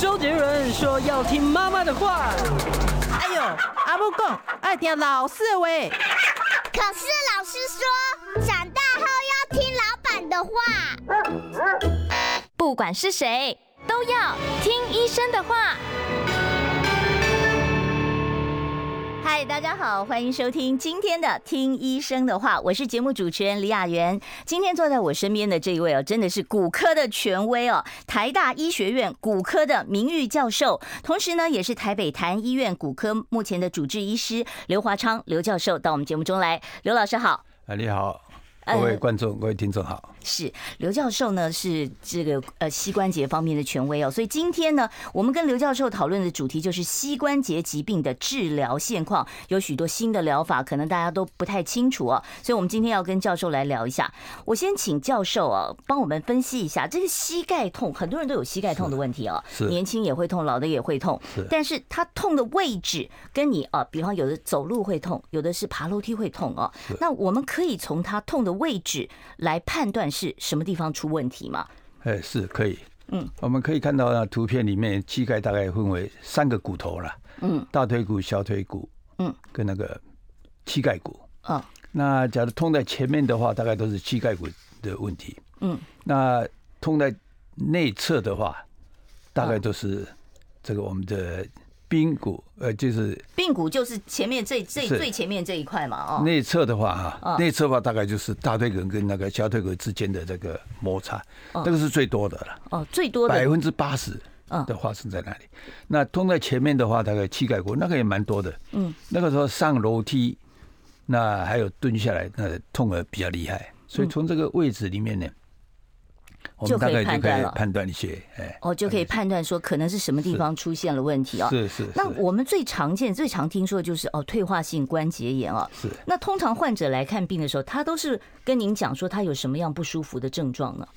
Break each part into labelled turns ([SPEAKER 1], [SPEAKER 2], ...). [SPEAKER 1] 周杰伦说要听妈妈的话。
[SPEAKER 2] 哎呦，阿母讲爱听老师的话。
[SPEAKER 3] 可是老师说，长大后要听老板的话。
[SPEAKER 4] 不管是谁，都要听医生的话。嗨，大家好，欢迎收听今天的《听医生的话》，我是节目主持人李雅媛。今天坐在我身边的这一位哦，真的是骨科的权威哦，台大医学院骨科的名誉教授，同时呢，也是台北坛医院骨科目前的主治医师刘华昌刘教授到我们节目中来。刘老师好。
[SPEAKER 5] 啊，你好，
[SPEAKER 4] 呃
[SPEAKER 5] 各位观众、各位听众好。
[SPEAKER 4] 是刘教授呢，是这个呃膝关节方面的权威哦，所以今天呢，我们跟刘教授讨论的主题就是膝关节疾病的治疗现况，有许多新的疗法，可能大家都不太清楚哦，所以我们今天要跟教授来聊一下。我先请教授哦，帮我们分析一下这个膝盖痛，很多人都有膝盖痛的问题哦，
[SPEAKER 5] 是
[SPEAKER 4] 年轻也会痛，老的也会痛
[SPEAKER 5] 是，
[SPEAKER 4] 但是它痛的位置跟你啊，比方有的走路会痛，有的是爬楼梯会痛哦，那我们可以从它痛的位置来判断是什么地方出问题吗？
[SPEAKER 5] 哎，是可以。
[SPEAKER 4] 嗯，
[SPEAKER 5] 我们可以看到啊，图片里面膝盖大概分为三个骨头啦，
[SPEAKER 4] 嗯，
[SPEAKER 5] 大腿骨、小腿骨，
[SPEAKER 4] 嗯，
[SPEAKER 5] 跟那个膝盖骨。
[SPEAKER 4] 嗯
[SPEAKER 5] 那假如痛在前面的话，大概都是膝盖骨的问题。
[SPEAKER 4] 嗯，
[SPEAKER 5] 那痛在内侧的话，大概都是这个我们的髌骨，呃，就是
[SPEAKER 4] 髌骨就是前面最最
[SPEAKER 5] 是
[SPEAKER 4] 最前面这一块嘛，哦，
[SPEAKER 5] 内侧的话
[SPEAKER 4] 嗯
[SPEAKER 5] 哈，内侧的话大概就是大腿骨跟那个小腿骨之间的这个摩擦，
[SPEAKER 4] 嗯
[SPEAKER 5] 这个是最多的了。
[SPEAKER 4] 哦，最多
[SPEAKER 5] 百
[SPEAKER 4] 的
[SPEAKER 5] 分之八十
[SPEAKER 4] 嗯
[SPEAKER 5] 的话是在那里。那通在前面的话，大概膝盖骨那个也蛮多的。
[SPEAKER 4] 嗯，
[SPEAKER 5] 那个时候上楼梯，那还有蹲下来，那痛的比较厉害。所以从这个位置里面呢，我
[SPEAKER 4] 嗯就
[SPEAKER 5] 们
[SPEAKER 4] 可
[SPEAKER 5] 大
[SPEAKER 4] 以
[SPEAKER 5] 概
[SPEAKER 4] 判
[SPEAKER 5] 就可
[SPEAKER 4] 断
[SPEAKER 5] 以
[SPEAKER 4] 了
[SPEAKER 5] 判断一些，哎，
[SPEAKER 4] 哦就可以判断说可能是什么地方出现了问题哦。
[SPEAKER 5] 是是
[SPEAKER 4] 那
[SPEAKER 5] 是
[SPEAKER 4] 我们最常见、最常听说的就是哦，退化性关节炎哦。
[SPEAKER 5] 是。
[SPEAKER 4] 那通常患者来看病的时候，他都是跟您讲说他有什么样不舒服的症状呢？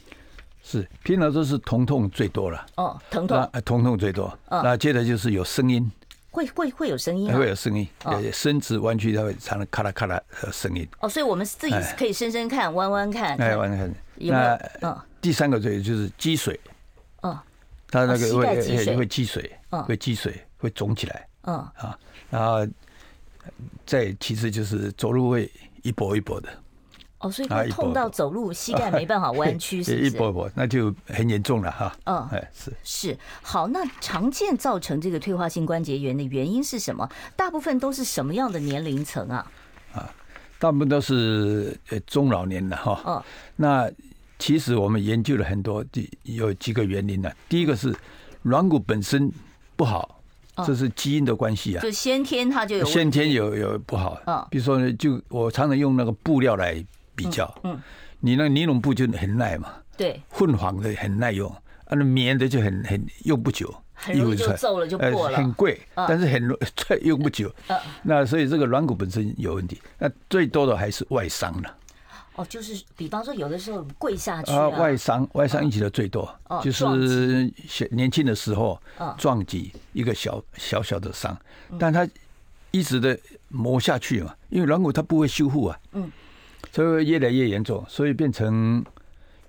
[SPEAKER 5] 是，平常都是疼痛最多了，
[SPEAKER 4] 哦，疼
[SPEAKER 5] 那
[SPEAKER 4] 痛
[SPEAKER 5] 呃疼痛最多。
[SPEAKER 4] 嗯
[SPEAKER 5] 那接着就是有声音，
[SPEAKER 4] 会会会有声音
[SPEAKER 5] 还
[SPEAKER 4] 啊
[SPEAKER 5] 哎会。有声音，
[SPEAKER 4] 哦
[SPEAKER 5] 呃身子弯曲它会常常咔啦咔啦的声音。
[SPEAKER 4] 哦，所以我们自己
[SPEAKER 5] 哎
[SPEAKER 4] 可以伸伸看、弯弯看，
[SPEAKER 5] 哎，
[SPEAKER 4] 看
[SPEAKER 5] 完看，
[SPEAKER 4] 有没有
[SPEAKER 5] 那？
[SPEAKER 4] 嗯
[SPEAKER 5] 第三个最就是积水，
[SPEAKER 4] 嗯
[SPEAKER 5] 它那
[SPEAKER 4] 啊
[SPEAKER 5] 个
[SPEAKER 4] 膝
[SPEAKER 5] 会
[SPEAKER 4] 盖积水
[SPEAKER 5] 会积水
[SPEAKER 4] 嗯，
[SPEAKER 5] 会积水，会肿起来
[SPEAKER 4] 嗯，
[SPEAKER 5] 啊。然后再其次就是走路会一跛一跛的，
[SPEAKER 4] 哦，所以
[SPEAKER 5] 啊
[SPEAKER 4] 会
[SPEAKER 5] 一
[SPEAKER 4] 痛
[SPEAKER 5] 跛
[SPEAKER 4] 到
[SPEAKER 5] 一跛
[SPEAKER 4] 走路，膝盖哎没办法弯 曲，是
[SPEAKER 5] 一
[SPEAKER 4] 不
[SPEAKER 5] 跛
[SPEAKER 4] 是？
[SPEAKER 5] 一跛，那就很严重了哈。
[SPEAKER 4] 嗯
[SPEAKER 5] 哎，是
[SPEAKER 4] 是好，那常见造成这个退化性关节炎的原因是什么？大部分都是什么样的年龄层啊？
[SPEAKER 5] 大部分都是呃中老年的哈。
[SPEAKER 4] 哦，
[SPEAKER 5] 那其实我们研究了很多，第有几个原因呢、第一个是软骨本身不好，
[SPEAKER 4] 嗯
[SPEAKER 5] 这是基因的关系啊。
[SPEAKER 4] 就先天他就有问
[SPEAKER 5] 先天
[SPEAKER 4] 题
[SPEAKER 5] 有有不好，
[SPEAKER 4] 嗯
[SPEAKER 5] 比如说呢，就我常常用那个布料来比较，
[SPEAKER 4] 嗯嗯
[SPEAKER 5] 你那个尼龙布就很耐嘛，
[SPEAKER 4] 对，
[SPEAKER 5] 混纺的很耐用，啊，那棉的就很很用不久，
[SPEAKER 4] 很容易就皱了就破了
[SPEAKER 5] 哎很贵，
[SPEAKER 4] 嗯
[SPEAKER 5] 但是很容 用不久，
[SPEAKER 4] 嗯
[SPEAKER 5] 那所以这个软骨本身有问题，那最多的还是外伤了，
[SPEAKER 4] 哦，就是比方说有的时候跪下去
[SPEAKER 5] 啊，
[SPEAKER 4] 啊，
[SPEAKER 5] 外伤外伤引起的最多
[SPEAKER 4] 哦，
[SPEAKER 5] 就是小年轻的时候
[SPEAKER 4] 嗯
[SPEAKER 5] 撞击一个小小小的伤，但它一直的磨下去嘛，因为软骨它不会修复啊，
[SPEAKER 4] 嗯，
[SPEAKER 5] 所以会越来越严重，所以变成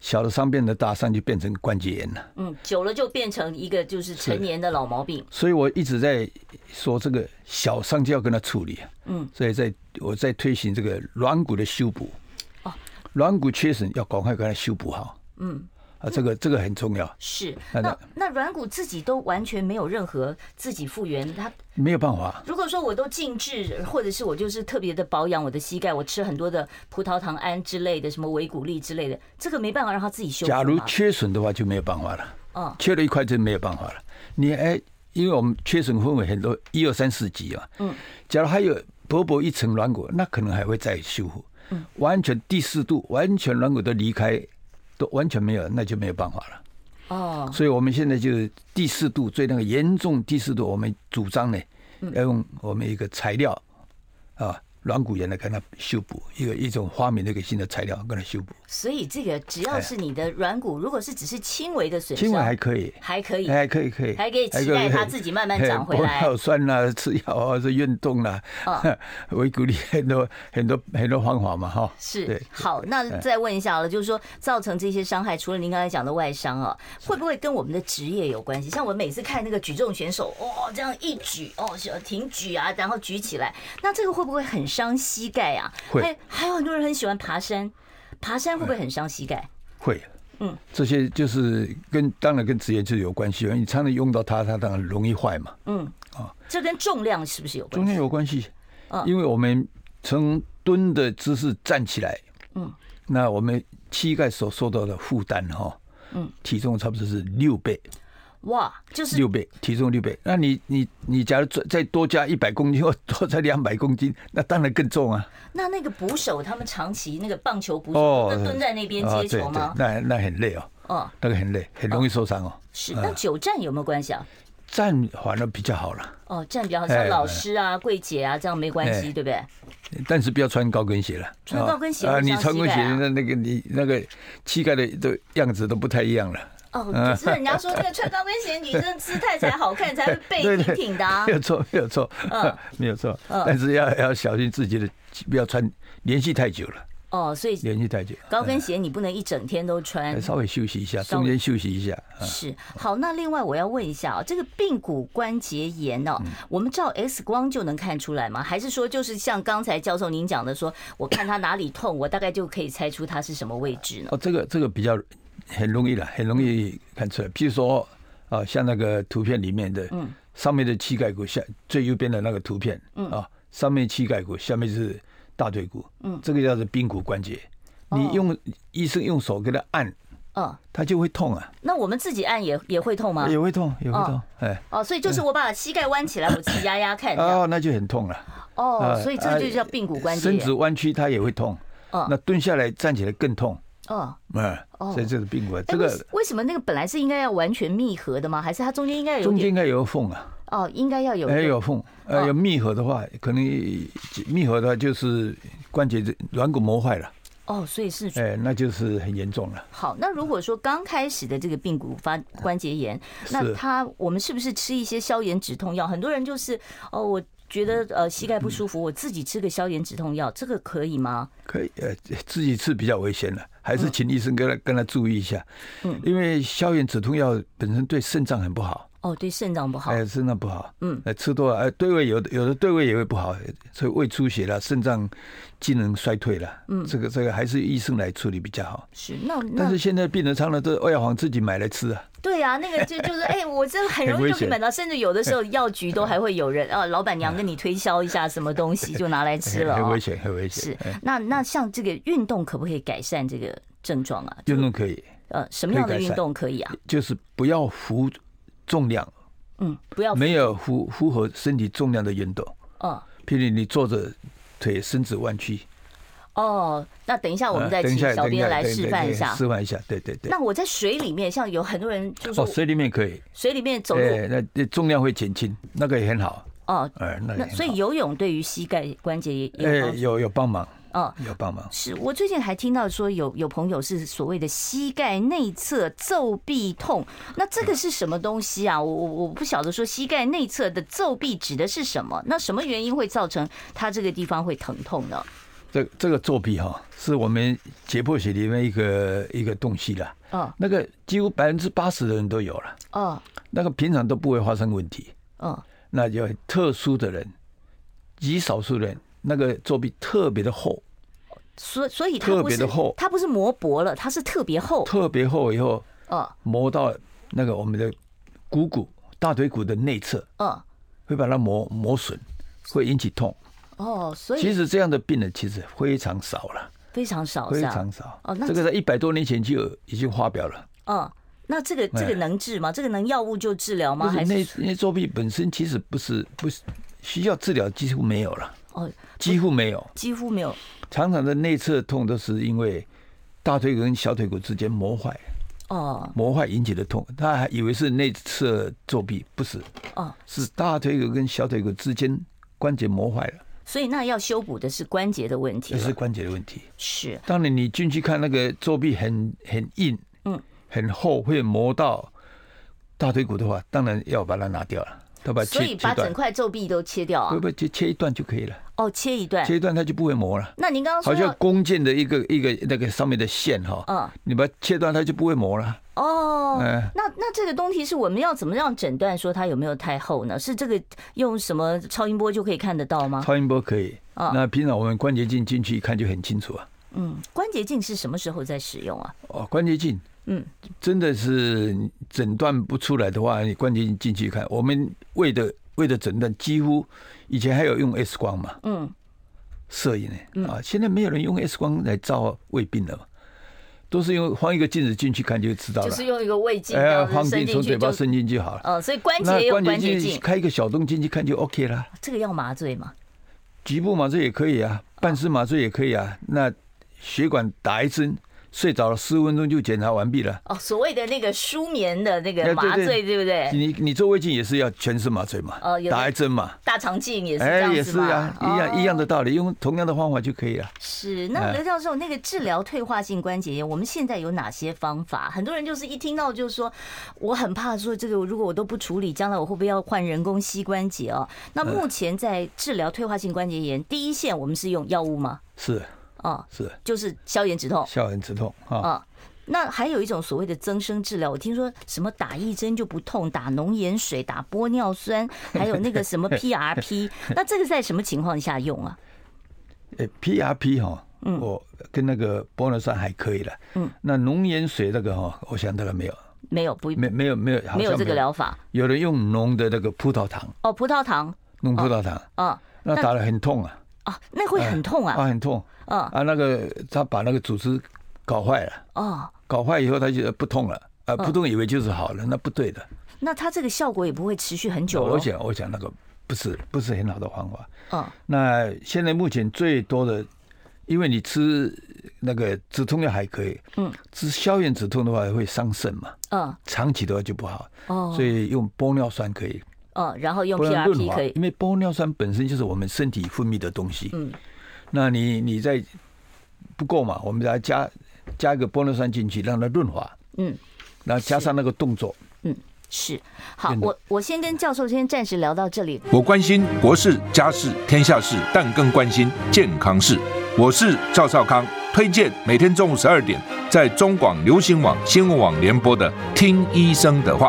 [SPEAKER 5] 小的伤变得大伤，就变成关节炎了。
[SPEAKER 4] 嗯，久了就变成一个就是成年的老毛病。
[SPEAKER 5] 所以我一直在说这个小伤就要跟它处理，啊
[SPEAKER 4] 嗯，
[SPEAKER 5] 所以在我在推行这个软骨的修补，
[SPEAKER 4] 哦，
[SPEAKER 5] 软骨缺损要赶快给它修补好，
[SPEAKER 4] 嗯，
[SPEAKER 5] 啊，这个这个很重要。
[SPEAKER 4] 是，
[SPEAKER 5] 那
[SPEAKER 4] 那
[SPEAKER 5] 那
[SPEAKER 4] 那软骨自己都完全没有任何自己复原，它
[SPEAKER 5] 没有办法，
[SPEAKER 4] 如果说我都静置，或者是我就是特别的保养我的膝盖，我吃很多的葡萄糖胺之类的，什么维骨力之类的，这个没办法让它自己修复
[SPEAKER 5] 假如
[SPEAKER 4] 嘛
[SPEAKER 5] 缺损的话就没有办法了，
[SPEAKER 4] 嗯
[SPEAKER 5] 缺了一块就没有办法了。你哎，因为我们缺损分为很多一二三四级啊，
[SPEAKER 4] 嗯，
[SPEAKER 5] 假如还有薄薄一层软骨，那可能还会再修复，嗯，完全第四度完全软骨都离开，都完全没有，那就没有办法了。
[SPEAKER 4] 哦，
[SPEAKER 5] 所以我们现在就是第四度最那
[SPEAKER 4] 嗯
[SPEAKER 5] 个严重第四度，我们主张呢要用我们一个材料啊，软骨炎来跟它修补，一个一种发明的一个新的材料跟它修补。
[SPEAKER 4] 所以这个只要是你的软骨，如果是只是轻微的损伤，
[SPEAKER 5] 哎轻微还可以，
[SPEAKER 4] 还可以，
[SPEAKER 5] 还哎可以，可以，
[SPEAKER 4] 还可以期待它自己慢慢长回来
[SPEAKER 5] 还有酸啦、吃药啊，是运动啦、
[SPEAKER 4] 哦
[SPEAKER 5] 我鼓励很多很多很多方法嘛，哈。
[SPEAKER 4] 是
[SPEAKER 5] 对，嗯
[SPEAKER 4] 好，那再问一下了，就是说造成这些伤害，除了您刚才讲的外伤哦，会不会跟我们的职业有关系？像我每次看那个举重选手，哦，这样一举，哦，是挺举啊，然后举起来，那这个会不会很伤膝盖啊？
[SPEAKER 5] 会
[SPEAKER 4] 还还有很多人很喜欢爬山，爬山会不会很伤膝盖？
[SPEAKER 5] 会，
[SPEAKER 4] 嗯，
[SPEAKER 5] 这些就是跟当然跟职业就有关系，你常常用到它，它当然容易坏嘛，
[SPEAKER 4] 嗯，这跟重量是不是有关
[SPEAKER 5] 中
[SPEAKER 4] 系？
[SPEAKER 5] 间有关系
[SPEAKER 4] 嗯，
[SPEAKER 5] 因为我们从蹲的姿势站起来，
[SPEAKER 4] 嗯，
[SPEAKER 5] 那我们膝盖所受到的负担哈，
[SPEAKER 4] 嗯，
[SPEAKER 5] 体重差不多是六倍，
[SPEAKER 4] 哇，就是
[SPEAKER 5] 六倍，体重六倍。那你你你，假如再再多加一百公斤或多加两百公斤， 那当然更重啊。
[SPEAKER 4] 那那个捕手他们长期那个棒球捕手，
[SPEAKER 5] 哦，
[SPEAKER 4] 那蹲在那边
[SPEAKER 5] 啊
[SPEAKER 4] 接球吗？
[SPEAKER 5] 对对那那很累哦，
[SPEAKER 4] 哦，
[SPEAKER 5] 那个很累，很容易受伤哦。
[SPEAKER 4] 是，那久站有没有关系啊？
[SPEAKER 5] 站反而比较好了，
[SPEAKER 4] 哦，站比较好，像
[SPEAKER 5] 哎
[SPEAKER 4] 老师啊、柜姐啊，这样没关系，
[SPEAKER 5] 哎
[SPEAKER 4] 对不对？
[SPEAKER 5] 但是不要穿高跟鞋了。
[SPEAKER 4] 穿高跟鞋
[SPEAKER 5] 啊，
[SPEAKER 4] 会
[SPEAKER 5] 你
[SPEAKER 4] 伤膝
[SPEAKER 5] 穿高跟
[SPEAKER 4] 盖
[SPEAKER 5] 鞋，
[SPEAKER 4] 啊
[SPEAKER 5] 那那个你那个膝盖的的样子都不太一样了。
[SPEAKER 4] 哦，
[SPEAKER 5] 嗯
[SPEAKER 4] 可是人家说那个穿高跟鞋，女生姿态才好看，才会背挺挺的啊
[SPEAKER 5] 没。有错，没有错
[SPEAKER 4] 嗯，
[SPEAKER 5] 没有错
[SPEAKER 4] 嗯。
[SPEAKER 5] 但是要要小心自己的，不要穿连续太久了，
[SPEAKER 4] 哦，所以
[SPEAKER 5] 连续太久。
[SPEAKER 4] 高跟鞋你不能一整天都穿
[SPEAKER 5] 嗯，。稍微休息一下，
[SPEAKER 4] 稍微
[SPEAKER 5] 中间休息一下。啊
[SPEAKER 4] 是好，那另外我要问一下啊，这个髌骨关节炎哦，
[SPEAKER 5] 嗯
[SPEAKER 4] 我们照 X 光就能看出来吗？还是说就是像刚才教授您讲的说，我看他哪里痛，我大概就可以猜出他是什么位置呢？
[SPEAKER 5] 哦，这个这个比较很容易了，很容易看出来。譬如说啊，像那个图片里面的，嗯，上面的膝盖骨，下最右边的那个图片，嗯啊，上面膝盖骨，下面是大腿骨，嗯，这个叫做髌骨关节。
[SPEAKER 4] 哦
[SPEAKER 5] 你用医生用手给它按，
[SPEAKER 4] 嗯，
[SPEAKER 5] 它就会痛啊，
[SPEAKER 4] 那我们自己按也也会痛吗？
[SPEAKER 5] 也会痛，也会痛
[SPEAKER 4] 哦，
[SPEAKER 5] 哎，
[SPEAKER 4] 哦，所以就是我把膝盖弯起来，我自己压压看。这样
[SPEAKER 5] 哦，那就很痛了。
[SPEAKER 4] 哎哦
[SPEAKER 5] 啊，
[SPEAKER 4] 所以这就叫髌骨关节
[SPEAKER 5] 身
[SPEAKER 4] 炎。
[SPEAKER 5] 子弯曲它也会痛，
[SPEAKER 4] 嗯
[SPEAKER 5] 那蹲下来站起来更痛，
[SPEAKER 4] 哦，
[SPEAKER 5] 嗯，
[SPEAKER 4] 哦
[SPEAKER 5] 所以这是髌骨关，
[SPEAKER 4] 哎
[SPEAKER 5] 这
[SPEAKER 4] 为
[SPEAKER 5] 个
[SPEAKER 4] 什为什么那个本来是应该要完全密合的吗？还是它中间应该有
[SPEAKER 5] 中间
[SPEAKER 4] 点
[SPEAKER 5] 应该有个缝啊。
[SPEAKER 4] 哦，应该要有一
[SPEAKER 5] 哎，
[SPEAKER 4] 个
[SPEAKER 5] 有缝，
[SPEAKER 4] 哦
[SPEAKER 5] 呃，有密合的话，可能密合的话就是关节软骨磨坏了，
[SPEAKER 4] 哦，所以是
[SPEAKER 5] 哎，那就是很严重了。
[SPEAKER 4] 好。那如果说刚开始的这个髌骨发关节炎，那
[SPEAKER 5] 是
[SPEAKER 4] 它我们是不是吃一些消炎止痛药？很多人就是哦，我觉得
[SPEAKER 5] 嗯
[SPEAKER 4] 呃膝盖不舒服，我自己吃个消炎止痛药，这个可以吗？
[SPEAKER 5] 可以，呃，自己吃比较危险了，还是请医生跟他跟他注意一下，
[SPEAKER 4] 嗯
[SPEAKER 5] 因为消炎止痛药本身对肾脏很不好，
[SPEAKER 4] 哦，对肾脏不好。
[SPEAKER 5] 哎，肾脏不好，
[SPEAKER 4] 嗯
[SPEAKER 5] 呃，吃多了，哎，对胃有的有的对胃也会不好，所以胃出血了，肾脏机能衰退了，嗯，这个这个还是医生来处理比较好。
[SPEAKER 4] 是，那
[SPEAKER 5] 但
[SPEAKER 4] 那
[SPEAKER 5] 是现在病人常常都是二药房自己买来吃啊，
[SPEAKER 4] 对啊，那个就就是哎、我真的很容易就可以买到，甚至有的时候药局都还会有人啊，老板娘跟你推销一下什么东西，就拿来吃了、
[SPEAKER 5] 哎很
[SPEAKER 4] 哦
[SPEAKER 5] 危。险，很危
[SPEAKER 4] 是
[SPEAKER 5] 险。哎，
[SPEAKER 4] 那那像这个运动可不可以改善这个症状啊？
[SPEAKER 5] 运动可以。
[SPEAKER 4] 呃，什么样
[SPEAKER 5] 可以
[SPEAKER 4] 的
[SPEAKER 5] 改
[SPEAKER 4] 运
[SPEAKER 5] 善
[SPEAKER 4] 动可以啊？
[SPEAKER 5] 就是不要服重量，
[SPEAKER 4] 嗯，不要
[SPEAKER 5] 没有符符合身体重量的运动。
[SPEAKER 4] 哦
[SPEAKER 5] 譬如你坐着，腿伸直弯曲。
[SPEAKER 4] 哦，那等一下我们
[SPEAKER 5] 啊
[SPEAKER 4] 再
[SPEAKER 5] 等一
[SPEAKER 4] 请
[SPEAKER 5] 下，
[SPEAKER 4] 小
[SPEAKER 5] 等一
[SPEAKER 4] 编
[SPEAKER 5] 下
[SPEAKER 4] 来
[SPEAKER 5] 对
[SPEAKER 4] 示
[SPEAKER 5] 对
[SPEAKER 4] 范
[SPEAKER 5] 对
[SPEAKER 4] 一下。
[SPEAKER 5] 示范一下，对对对。
[SPEAKER 4] 那我在水里面，像有很多人就
[SPEAKER 5] 哦，
[SPEAKER 4] 说
[SPEAKER 5] 水里面可以，
[SPEAKER 4] 水里面走路
[SPEAKER 5] 哎，那那重量会减轻，那个也很好，
[SPEAKER 4] 哦，
[SPEAKER 5] 哎，那也
[SPEAKER 4] 那
[SPEAKER 5] 很好
[SPEAKER 4] 所以游泳对于膝盖关节也也有
[SPEAKER 5] 哎
[SPEAKER 4] 帮助
[SPEAKER 5] 有有帮忙，
[SPEAKER 4] 哦。
[SPEAKER 5] 有帮忙。
[SPEAKER 4] 是我最近还听到说有有朋友是所谓的膝盖内侧皱壁痛，那这个是什么东西啊？我我我不晓得说膝盖内侧的皱壁指的是什么？那什么原因会造成他这个地方会疼痛呢？
[SPEAKER 5] 这这个作弊哈，是我们解剖学里面一个一个东西了。
[SPEAKER 4] 哦
[SPEAKER 5] 那个几乎百分之八十的人都有了，
[SPEAKER 4] 哦
[SPEAKER 5] 那个平常都不会发生问题。
[SPEAKER 4] 哦
[SPEAKER 5] 那有特殊的人，极少数人，那个作弊特别的厚，
[SPEAKER 4] 所所以它
[SPEAKER 5] 特
[SPEAKER 4] 不
[SPEAKER 5] 别
[SPEAKER 4] 是
[SPEAKER 5] 的厚
[SPEAKER 4] 它不是磨薄了，它是特别厚
[SPEAKER 5] 特别厚以后
[SPEAKER 4] 哦
[SPEAKER 5] 磨到那个我们的股骨、大腿骨的内侧，
[SPEAKER 4] 哦
[SPEAKER 5] 会把它磨磨损，会引起痛。
[SPEAKER 4] 哦，所
[SPEAKER 5] 其
[SPEAKER 4] 以
[SPEAKER 5] 实这样的病人其实非常少了，
[SPEAKER 4] 非常少
[SPEAKER 5] 非
[SPEAKER 4] 是吧
[SPEAKER 5] 常？少。
[SPEAKER 4] 哦那
[SPEAKER 5] 这个在一百多年前就有已经发表了。
[SPEAKER 4] 嗯，那这个这个
[SPEAKER 5] 哎
[SPEAKER 4] 能治吗？这个能药物就治疗吗？
[SPEAKER 5] 不是
[SPEAKER 4] 还
[SPEAKER 5] 内
[SPEAKER 4] 是
[SPEAKER 5] 内作弊本身其实不是不是需要治疗，几乎没有了，
[SPEAKER 4] 哦
[SPEAKER 5] 几乎没有。
[SPEAKER 4] 几乎没有
[SPEAKER 5] 常常的内侧痛都是因为大腿骨跟小腿骨之间磨坏。
[SPEAKER 4] 哦
[SPEAKER 5] 磨坏引起的痛，他还以为是内侧作弊，不是，
[SPEAKER 4] 哦
[SPEAKER 5] 是大腿骨跟小腿骨之间关节磨坏了，
[SPEAKER 4] 所以那要修补的是关节的问题
[SPEAKER 5] 这
[SPEAKER 4] 了。
[SPEAKER 5] 是关节的问题。
[SPEAKER 4] 是
[SPEAKER 5] 当然，你进去看那个桌壁很很硬，
[SPEAKER 4] 嗯，
[SPEAKER 5] 很厚，会磨到大腿骨的话，当然要把它拿掉了，要把它
[SPEAKER 4] 所
[SPEAKER 5] 呃切
[SPEAKER 4] 以
[SPEAKER 5] 切
[SPEAKER 4] 把整
[SPEAKER 5] 断，
[SPEAKER 4] 块皱壁都切掉啊
[SPEAKER 5] 不？不，就切一段就可以了，
[SPEAKER 4] 哦，切一段。
[SPEAKER 5] 切一段它就不会磨了。
[SPEAKER 4] 那您刚刚
[SPEAKER 5] 好
[SPEAKER 4] 说
[SPEAKER 5] 像
[SPEAKER 4] 要
[SPEAKER 5] 弓箭的一个一个那个上面的线哈，
[SPEAKER 4] 嗯，
[SPEAKER 5] 你把它切断它就不会磨了。
[SPEAKER 4] 哦，
[SPEAKER 5] 哎
[SPEAKER 4] 那那这个东西是我们要怎么样诊断说它有没有太厚呢？是这个用什么超音波就可以看得到吗？
[SPEAKER 5] 超音波可以，
[SPEAKER 4] 哦
[SPEAKER 5] 那平常我们关节镜进去一看就很清楚啊。
[SPEAKER 4] 嗯，关节镜是什么时候在使用啊？
[SPEAKER 5] 哦，关节镜，
[SPEAKER 4] 嗯，
[SPEAKER 5] 真的是诊断不出来的话，你关节镜进去看，我们为的为的诊断，几乎以前还有用 X 光嘛，
[SPEAKER 4] 嗯，
[SPEAKER 5] 摄影呢，啊，现在没有人用 X 光来照胃病了嘛，都是用放一个镜子进去看就知道
[SPEAKER 4] 就
[SPEAKER 5] 了
[SPEAKER 4] 是，用一个胃镜，
[SPEAKER 5] 哎
[SPEAKER 4] 这
[SPEAKER 5] 呀，
[SPEAKER 4] 样
[SPEAKER 5] 放
[SPEAKER 4] 子伸
[SPEAKER 5] 进
[SPEAKER 4] 进
[SPEAKER 5] 从
[SPEAKER 4] 去
[SPEAKER 5] 嘴
[SPEAKER 4] 就
[SPEAKER 5] 巴，伸进去好了，
[SPEAKER 4] 呃，所以关节
[SPEAKER 5] 那
[SPEAKER 4] 也有
[SPEAKER 5] 关
[SPEAKER 4] 关
[SPEAKER 5] 节
[SPEAKER 4] 节镜
[SPEAKER 5] 镜，开一个小洞进去看就 OK 了。
[SPEAKER 4] 这个要麻醉吗？
[SPEAKER 5] 局部麻醉也可以啊，半身麻醉也可以啊。那血管打一针，睡着了十五分钟就检查完毕了。
[SPEAKER 4] 哦，所谓的那个舒眠的那
[SPEAKER 5] 哎
[SPEAKER 4] 个
[SPEAKER 5] 对
[SPEAKER 4] 麻
[SPEAKER 5] 对
[SPEAKER 4] 醉，对不对？
[SPEAKER 5] 你你做胃镜也是要全身麻醉嘛，
[SPEAKER 4] 哦有的
[SPEAKER 5] 打一针嘛，
[SPEAKER 4] 大肠镜也是这样
[SPEAKER 5] 也
[SPEAKER 4] 子
[SPEAKER 5] 是
[SPEAKER 4] 嘛，
[SPEAKER 5] 啊，一样一样
[SPEAKER 4] 哦
[SPEAKER 5] 的道理，用同样的方法就可以了。
[SPEAKER 4] 是，那
[SPEAKER 5] 哎
[SPEAKER 4] 刘教授，那个治疗退化性关节炎，我们现在有哪些方法？很多人就是一听到就说，我很怕说这个，如果我都不处理，将来我会不会要换人工膝关节哦？那
[SPEAKER 5] 哎
[SPEAKER 4] 目前在治疗退化性关节炎第一线，我们是用药物吗？
[SPEAKER 5] 是
[SPEAKER 4] 哦，
[SPEAKER 5] 是，
[SPEAKER 4] 就是消炎止痛。
[SPEAKER 5] 消炎止痛啊，
[SPEAKER 4] 啊。那还有一种所谓的增生治疗，我听说什么打一针就不痛，打浓盐水、打玻尿酸，还有那个什么 PRP，那这个在什么情况下用啊？
[SPEAKER 5] 诶，PRP 哈，
[SPEAKER 4] 嗯
[SPEAKER 5] 我跟那个玻尿酸还可以了。嗯，那浓盐水那个哈，我想大概没有，
[SPEAKER 4] 没有，不
[SPEAKER 5] 没没有没有，好像
[SPEAKER 4] 嗯没有这个疗法
[SPEAKER 5] 有人用浓的那个葡萄糖，
[SPEAKER 4] 哦。葡萄糖
[SPEAKER 5] 弄葡萄糖，
[SPEAKER 4] 啊
[SPEAKER 5] 那打了很痛啊。
[SPEAKER 4] 啊，那会很痛
[SPEAKER 5] 啊，
[SPEAKER 4] 啊，
[SPEAKER 5] 很痛
[SPEAKER 4] 嗯
[SPEAKER 5] 啊，那个他把那个组织搞坏了，
[SPEAKER 4] 哦，
[SPEAKER 5] 搞坏以后他就不痛了，
[SPEAKER 4] 嗯
[SPEAKER 5] 啊，不痛以为就是好了，那不对的。
[SPEAKER 4] 那它这个效果也不会持续很久
[SPEAKER 5] 我
[SPEAKER 4] 哦。
[SPEAKER 5] 想，我想那个不是不是很好的方法。
[SPEAKER 4] 嗯，
[SPEAKER 5] 那现在目前最多的，因为你吃那个止痛药还可以，嗯，吃消炎止痛的话会伤肾嘛，
[SPEAKER 4] 嗯
[SPEAKER 5] 长期的话就不好，
[SPEAKER 4] 哦
[SPEAKER 5] 所以用玻尿酸可以，
[SPEAKER 4] 嗯，然后用
[SPEAKER 5] 玻尿酸润
[SPEAKER 4] PRP
[SPEAKER 5] 滑
[SPEAKER 4] 可，以
[SPEAKER 5] 因为玻尿酸本身就是我们身体分泌的东西，
[SPEAKER 4] 嗯，
[SPEAKER 5] 那你你在不够嘛，我们再加加一个玻尿酸进去，让它润滑，
[SPEAKER 4] 嗯，
[SPEAKER 5] 然后加上那个动作，
[SPEAKER 4] 是好，
[SPEAKER 5] 真的
[SPEAKER 4] 我我先跟教授先暂时聊到这里。
[SPEAKER 6] 我关心国事、家事、天下事，但更关心健康事。我是赵少康，推荐每天中午十二点在中广流行网、新闻网联播的《听医生的话》。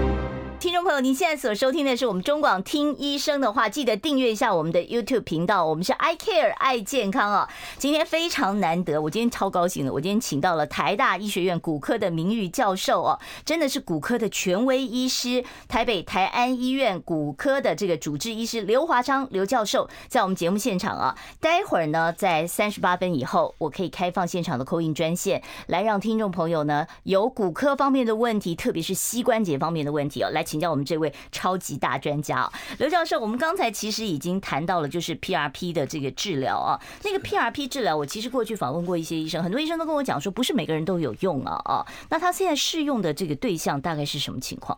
[SPEAKER 4] 听众朋友，您现在所收听的是我们中广听医生的话，记得订阅一下我们的 YouTube 频道，我们是 I Care 爱健康哦。今天非常难得，我今天超高兴的，我今天请到了台大医学院骨科的名誉教授哦，真的是骨科的权威医师，台北台安医院骨科的这个主治医师刘华昌刘教授，在我们节目现场啊。待会儿呢，在三十八分以后，我可以开放现场的扣印专线，来让听众朋友呢有骨科方面的问题，特别是膝关节方面的问题哦，来请教我们这位超级大专家哦，刘教授。我们刚才其实已经谈到了，就是 PRP 的这个治疗啊，那个 PRP 治疗，我其实过去访问过一些医生，很多医生都跟我讲说，不是每个人都有用啊啊。那他现在适用的这个对象大概是什么情况？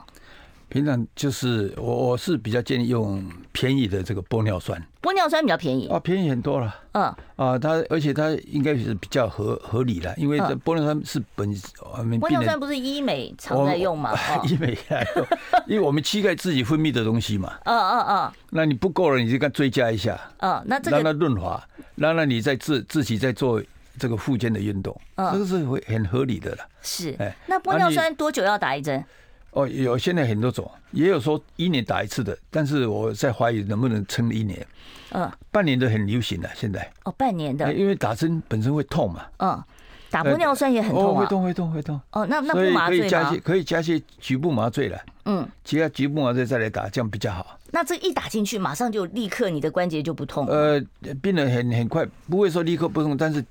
[SPEAKER 5] 平常就是我我是比较建议用便宜的这个玻尿酸，
[SPEAKER 4] 玻尿酸比较便宜，
[SPEAKER 5] 啊，便宜很多了。
[SPEAKER 4] 嗯
[SPEAKER 5] 啊，它而且它应该是比较合合理的，因为
[SPEAKER 4] 嗯
[SPEAKER 5] 这玻尿酸是本我们
[SPEAKER 4] 玻
[SPEAKER 5] 病
[SPEAKER 4] 尿
[SPEAKER 5] 人
[SPEAKER 4] 酸不是医美常
[SPEAKER 5] 我
[SPEAKER 4] 在用吗？ 哦
[SPEAKER 5] 医美来用，因为我们膝盖自己分泌的东西嘛，
[SPEAKER 4] 嗯嗯嗯
[SPEAKER 5] 那你不够了，你就该追加一下，
[SPEAKER 4] 嗯，那这
[SPEAKER 5] 让
[SPEAKER 4] 个
[SPEAKER 5] 它润滑，让让你再自自己再做这个附件的运动，
[SPEAKER 4] 嗯
[SPEAKER 5] 这个是会很合理的了。
[SPEAKER 4] 是
[SPEAKER 5] 哎，
[SPEAKER 4] 那玻
[SPEAKER 5] 啊
[SPEAKER 4] 尿
[SPEAKER 5] 你
[SPEAKER 4] 酸多久要打一针？
[SPEAKER 5] 哦，有现在很多种，也有说一年打一次的，但是我在怀疑能不能撑一年，
[SPEAKER 4] 嗯，
[SPEAKER 5] 半年的很流行了、现在，
[SPEAKER 4] 哦，半年的，
[SPEAKER 5] 因为打针本身会痛嘛，
[SPEAKER 4] 嗯，打玻尿酸也很
[SPEAKER 5] 哦，
[SPEAKER 4] 痛
[SPEAKER 5] 会
[SPEAKER 4] 啊。
[SPEAKER 5] 痛会痛会痛，
[SPEAKER 4] 哦，那那
[SPEAKER 5] 所
[SPEAKER 4] 不
[SPEAKER 5] 以
[SPEAKER 4] 麻
[SPEAKER 5] 可以
[SPEAKER 4] 醉
[SPEAKER 5] 加
[SPEAKER 4] 吗
[SPEAKER 5] 些？可以加些局部麻醉了，
[SPEAKER 4] 嗯，
[SPEAKER 5] 其他局部麻醉再来打，这样比较好。
[SPEAKER 4] 那这一打进去，马上就立刻你的关节就不痛。
[SPEAKER 5] 呃，病人很很快，不会说立刻不痛，但是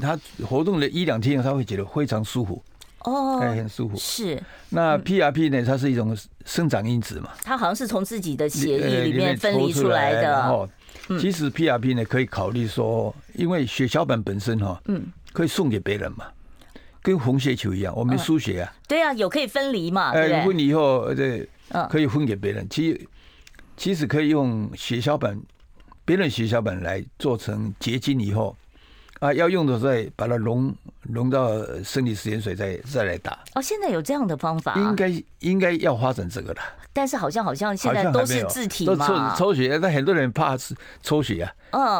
[SPEAKER 5] 他活动了一两天以后，他会觉得非常舒服，
[SPEAKER 4] 哦，
[SPEAKER 5] 哎，很舒服。
[SPEAKER 4] 是，
[SPEAKER 5] 那
[SPEAKER 4] 嗯
[SPEAKER 5] PRP 呢，它是一种生长因子嘛，
[SPEAKER 4] 它好像是从自己的血
[SPEAKER 5] 呃
[SPEAKER 4] 液里面分离
[SPEAKER 5] 抽出
[SPEAKER 4] 来
[SPEAKER 5] 然
[SPEAKER 4] 的，嗯
[SPEAKER 5] 后，其实 PRP 呢可以考虑说，因为血小板本身哈，嗯，可以送给别人嘛，跟红血球一样，
[SPEAKER 4] 嗯
[SPEAKER 5] 我们输血啊，
[SPEAKER 4] 对啊，有可以分离嘛，对
[SPEAKER 5] 哎，
[SPEAKER 4] 不
[SPEAKER 5] 分
[SPEAKER 4] 对？
[SPEAKER 5] 以后呃对
[SPEAKER 4] 嗯，
[SPEAKER 5] 可以分给别人。其其实可以用血小板，别人血小板来做成结晶以后，啊，要用的时候再把它溶溶到生理食盐水再再来打。
[SPEAKER 4] 哦，现在有这样的方法，
[SPEAKER 5] 应该应该要发展这个了，
[SPEAKER 4] 但是好像好像现
[SPEAKER 5] 好
[SPEAKER 4] 在
[SPEAKER 5] 像
[SPEAKER 4] 都
[SPEAKER 5] 还没
[SPEAKER 4] 是
[SPEAKER 5] 有
[SPEAKER 4] 自体
[SPEAKER 5] 都抽
[SPEAKER 4] 嘛，
[SPEAKER 5] 抽血，但很多人怕是抽血啊，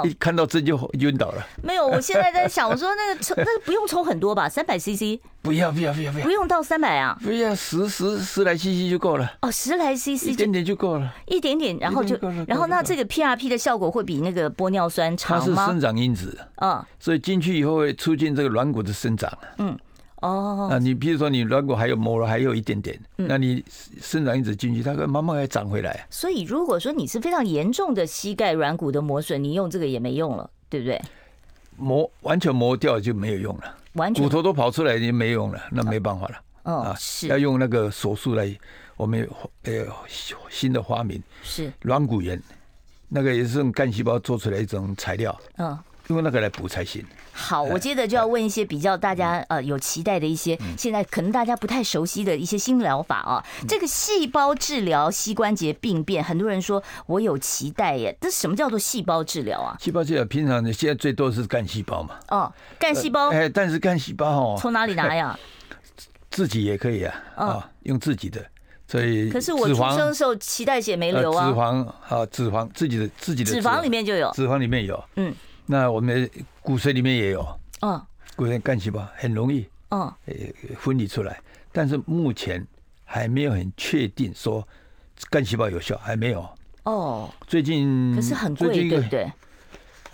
[SPEAKER 4] 嗯
[SPEAKER 5] 一，看到针就晕倒了。
[SPEAKER 4] 没有，我现在在想，我说那个抽，那个不用抽很多吧，三百 CC，
[SPEAKER 5] 不要不要不要不要
[SPEAKER 4] 不用到三百啊，
[SPEAKER 5] 不要，十十十来 cc 就够了，
[SPEAKER 4] 哦，十来 CC
[SPEAKER 5] 一
[SPEAKER 4] 就
[SPEAKER 5] 点点就够了。
[SPEAKER 4] 一点点，然后就
[SPEAKER 5] 一点点，
[SPEAKER 4] 然后那这个 PRP 的效果会比那个玻尿酸
[SPEAKER 5] 它
[SPEAKER 4] 长
[SPEAKER 5] 是
[SPEAKER 4] 吗
[SPEAKER 5] 生？长因子，
[SPEAKER 4] 嗯，
[SPEAKER 5] 所以进去以后会促进这个软骨的生长。
[SPEAKER 4] 哦，嗯
[SPEAKER 5] 啊，你比如说你软骨还有磨了，还有一点点，那你生长因子进去，它会慢慢还长回来。
[SPEAKER 4] 所以如果说你是非常严重的膝盖软骨的磨损，你用这个也没用了，对不对？
[SPEAKER 5] 磨完全磨掉就没有用了，
[SPEAKER 4] 完全
[SPEAKER 5] 骨，头都跑出来也没用了，那没办法了
[SPEAKER 4] 嗯
[SPEAKER 5] 啊，，要
[SPEAKER 4] 是
[SPEAKER 5] 用那个手术来，我们有呃新的发明
[SPEAKER 4] 是，
[SPEAKER 5] 软骨炎，那个也是用干细胞做出来一种材料，
[SPEAKER 4] 嗯。
[SPEAKER 5] 用那个来补才行。哎
[SPEAKER 4] 好，我接着就要问一些比较大
[SPEAKER 5] 嗯
[SPEAKER 4] 家呃有期待的一些，现在可能大家不太熟悉的一些新疗法啊。
[SPEAKER 5] 嗯
[SPEAKER 4] 这个细胞治疗膝关节病变，很多人说我有期待耶，这什么叫做细胞治疗啊？
[SPEAKER 5] 细胞治疗平常呢，现在最多是干细胞嘛，
[SPEAKER 4] 哦，干细胞
[SPEAKER 5] 哎，但是干细胞哦，
[SPEAKER 4] 从哪里啊拿 呀？
[SPEAKER 5] 自己也可以啊，
[SPEAKER 4] 嗯
[SPEAKER 5] 啊，用自己的，所以
[SPEAKER 4] 可是我
[SPEAKER 5] 脂
[SPEAKER 4] 出
[SPEAKER 5] 肪
[SPEAKER 4] 生的时候脐带血没
[SPEAKER 5] 呃，
[SPEAKER 4] 流
[SPEAKER 5] 脂
[SPEAKER 4] 啊，
[SPEAKER 5] 肪啊，脂肪自己的自己的
[SPEAKER 4] 脂肪里，面就有。
[SPEAKER 5] 脂肪里面有，
[SPEAKER 4] 嗯，
[SPEAKER 5] 那我们骨髓里面也有，
[SPEAKER 4] 嗯
[SPEAKER 5] 骨髓干细胞很容易
[SPEAKER 4] 嗯，
[SPEAKER 5] 呃分离出来，但是目前还没有很确定说干细胞有效，还没有。
[SPEAKER 4] 哦，
[SPEAKER 5] 最近
[SPEAKER 4] 可是很
[SPEAKER 5] 嗯最
[SPEAKER 4] 贵，
[SPEAKER 5] 近一个
[SPEAKER 4] 对不对？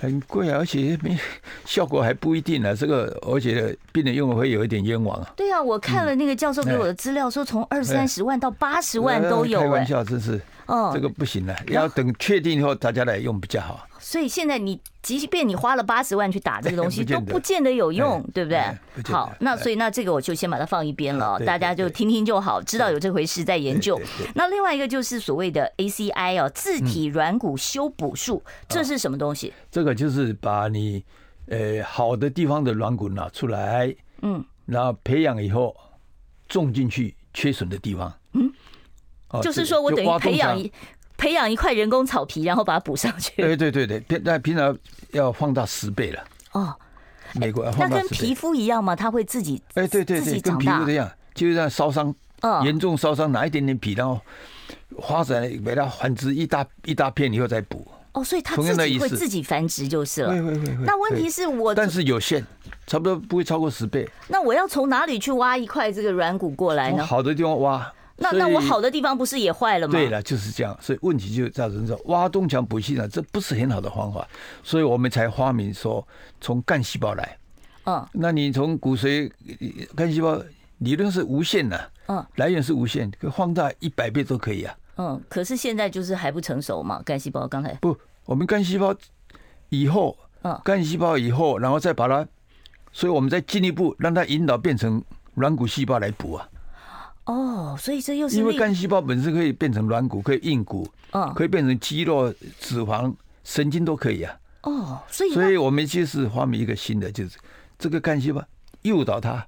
[SPEAKER 5] 很贵啊，而且没效果还不一定啊。这个而且病人用了会有一点冤枉啊，
[SPEAKER 4] 对啊，我看了那个教授给我的资料，说从二三十万到八十万都有
[SPEAKER 5] 哎开
[SPEAKER 4] 哎
[SPEAKER 5] 玩、笑，真是
[SPEAKER 4] 哦
[SPEAKER 5] 这个不行了，啊要等确定以后大家来用比较好。
[SPEAKER 4] 所以现在你，即便你花了八十万去打这个东 西，
[SPEAKER 5] 哎不见
[SPEAKER 4] 都
[SPEAKER 5] 得
[SPEAKER 4] 不见得有用，
[SPEAKER 5] 哎
[SPEAKER 4] 对不对
[SPEAKER 5] 哎不？见得
[SPEAKER 4] 好，那所以那这个我就先把它放一边了，
[SPEAKER 5] 对对
[SPEAKER 4] 大家就
[SPEAKER 5] 对
[SPEAKER 4] 听听就好，知道有这回事再研究
[SPEAKER 5] 对对嗯对。
[SPEAKER 4] 那另外一个就是所谓的 ACI 哦，自体软骨修补术，
[SPEAKER 5] 哦
[SPEAKER 4] 这是什么东西？
[SPEAKER 5] 这个就是把你呃好的地方的软骨拿出来，
[SPEAKER 4] 嗯，
[SPEAKER 5] 然后培养以后种进去缺损的地方，嗯，哦
[SPEAKER 4] 就是说我等于培养。
[SPEAKER 5] 这个
[SPEAKER 4] 一培养一块人工草皮，然后把它补上
[SPEAKER 5] 就挖
[SPEAKER 4] 去。
[SPEAKER 5] 洞上哎，啊对对对，平那平常要放大十倍了，
[SPEAKER 4] 哦，
[SPEAKER 5] 美国要
[SPEAKER 4] 那
[SPEAKER 5] 放大
[SPEAKER 4] 跟
[SPEAKER 5] 十
[SPEAKER 4] 皮
[SPEAKER 5] 倍。
[SPEAKER 4] 肤一样吗？它会自己
[SPEAKER 5] 哎，对对
[SPEAKER 4] 自己
[SPEAKER 5] 对，跟
[SPEAKER 4] 长
[SPEAKER 5] 皮肤
[SPEAKER 4] 大
[SPEAKER 5] 一。样，就像烧伤，
[SPEAKER 4] 嗯，
[SPEAKER 5] 严重烧伤拿一点点皮，然后花仔把它繁殖一大一大片以后再补。
[SPEAKER 4] 哦，所以它
[SPEAKER 5] 同
[SPEAKER 4] 自
[SPEAKER 5] 样的
[SPEAKER 4] 己
[SPEAKER 5] 意
[SPEAKER 4] 会
[SPEAKER 5] 思
[SPEAKER 4] 自己繁殖就是了。
[SPEAKER 5] 会会
[SPEAKER 4] 嗯那问题
[SPEAKER 5] 是，
[SPEAKER 4] 是我
[SPEAKER 5] 但是有限，差不多不会超过十倍。
[SPEAKER 4] 那我要从哪里去挖一块这个软骨过来
[SPEAKER 5] 从
[SPEAKER 4] 呢？
[SPEAKER 5] 哦好的地方挖。
[SPEAKER 4] 哎那
[SPEAKER 5] 所以
[SPEAKER 4] 那我好的地方不是也坏了吗？
[SPEAKER 5] 对，了，就是这样，所以问题就造成说挖东墙补西墙，这不是很好的方法，所以我们才发明说从干细胞来。
[SPEAKER 4] 嗯，
[SPEAKER 5] 那你从骨髓呃干细胞理论是无限的、
[SPEAKER 4] 嗯，
[SPEAKER 5] 来源是无限，可放大一百倍都可以啊。
[SPEAKER 4] 嗯，可是现在就是还不成熟嘛，干细胞刚才
[SPEAKER 5] 不，我们干细胞以后
[SPEAKER 4] 嗯，
[SPEAKER 5] 干细胞以后，然后再把它，所以我们再进一步让它引导变成软骨细胞来补啊，
[SPEAKER 4] 哦，所以这又是
[SPEAKER 5] 因为
[SPEAKER 4] 另
[SPEAKER 5] 干细胞本身可以变成软骨，可以硬骨，
[SPEAKER 4] 嗯
[SPEAKER 5] 可以变成肌肉、脂肪、神经都可以啊。
[SPEAKER 4] 哦，所以
[SPEAKER 5] 所
[SPEAKER 4] 那
[SPEAKER 5] 以我们就是发明一个新的，就是这个干细胞诱导它，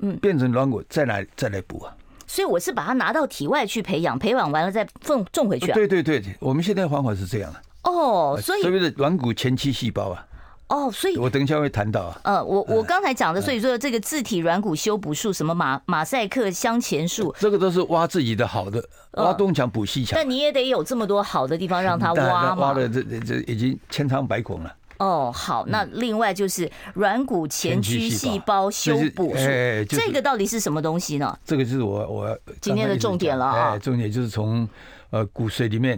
[SPEAKER 4] 嗯
[SPEAKER 5] 变成软骨，再来再来补啊。
[SPEAKER 4] 所以我是把它拿到体外去培养，培养完了再种种回去啊。
[SPEAKER 5] 对对对，我们现在的方法是这样的，
[SPEAKER 4] 哦，所以
[SPEAKER 5] 所谓的软骨前期细胞啊，
[SPEAKER 4] 哦，所以。
[SPEAKER 5] 我嗯等一下会谈到啊。
[SPEAKER 4] 呃，我我刚才讲的，所以说这个自体软骨修补术，什么马马赛克镶嵌术，
[SPEAKER 5] 这个都是挖自己的好的，挖东墙补西墙。
[SPEAKER 4] 但嗯你也得有这么多好的地方让它
[SPEAKER 5] 但
[SPEAKER 4] 挖嘛。
[SPEAKER 5] 挖的这这这已经千疮百孔了，
[SPEAKER 4] 哦，好，
[SPEAKER 5] 嗯
[SPEAKER 4] 那另外就是软骨前区细胞修补术
[SPEAKER 5] 前驱细胞就是哎，就是
[SPEAKER 4] 这个到底是什么东西呢？
[SPEAKER 5] 这个就是我我刚刚
[SPEAKER 4] 今天的
[SPEAKER 5] 一直讲
[SPEAKER 4] 重点了啊
[SPEAKER 5] 哎，重点就是从呃骨髓里面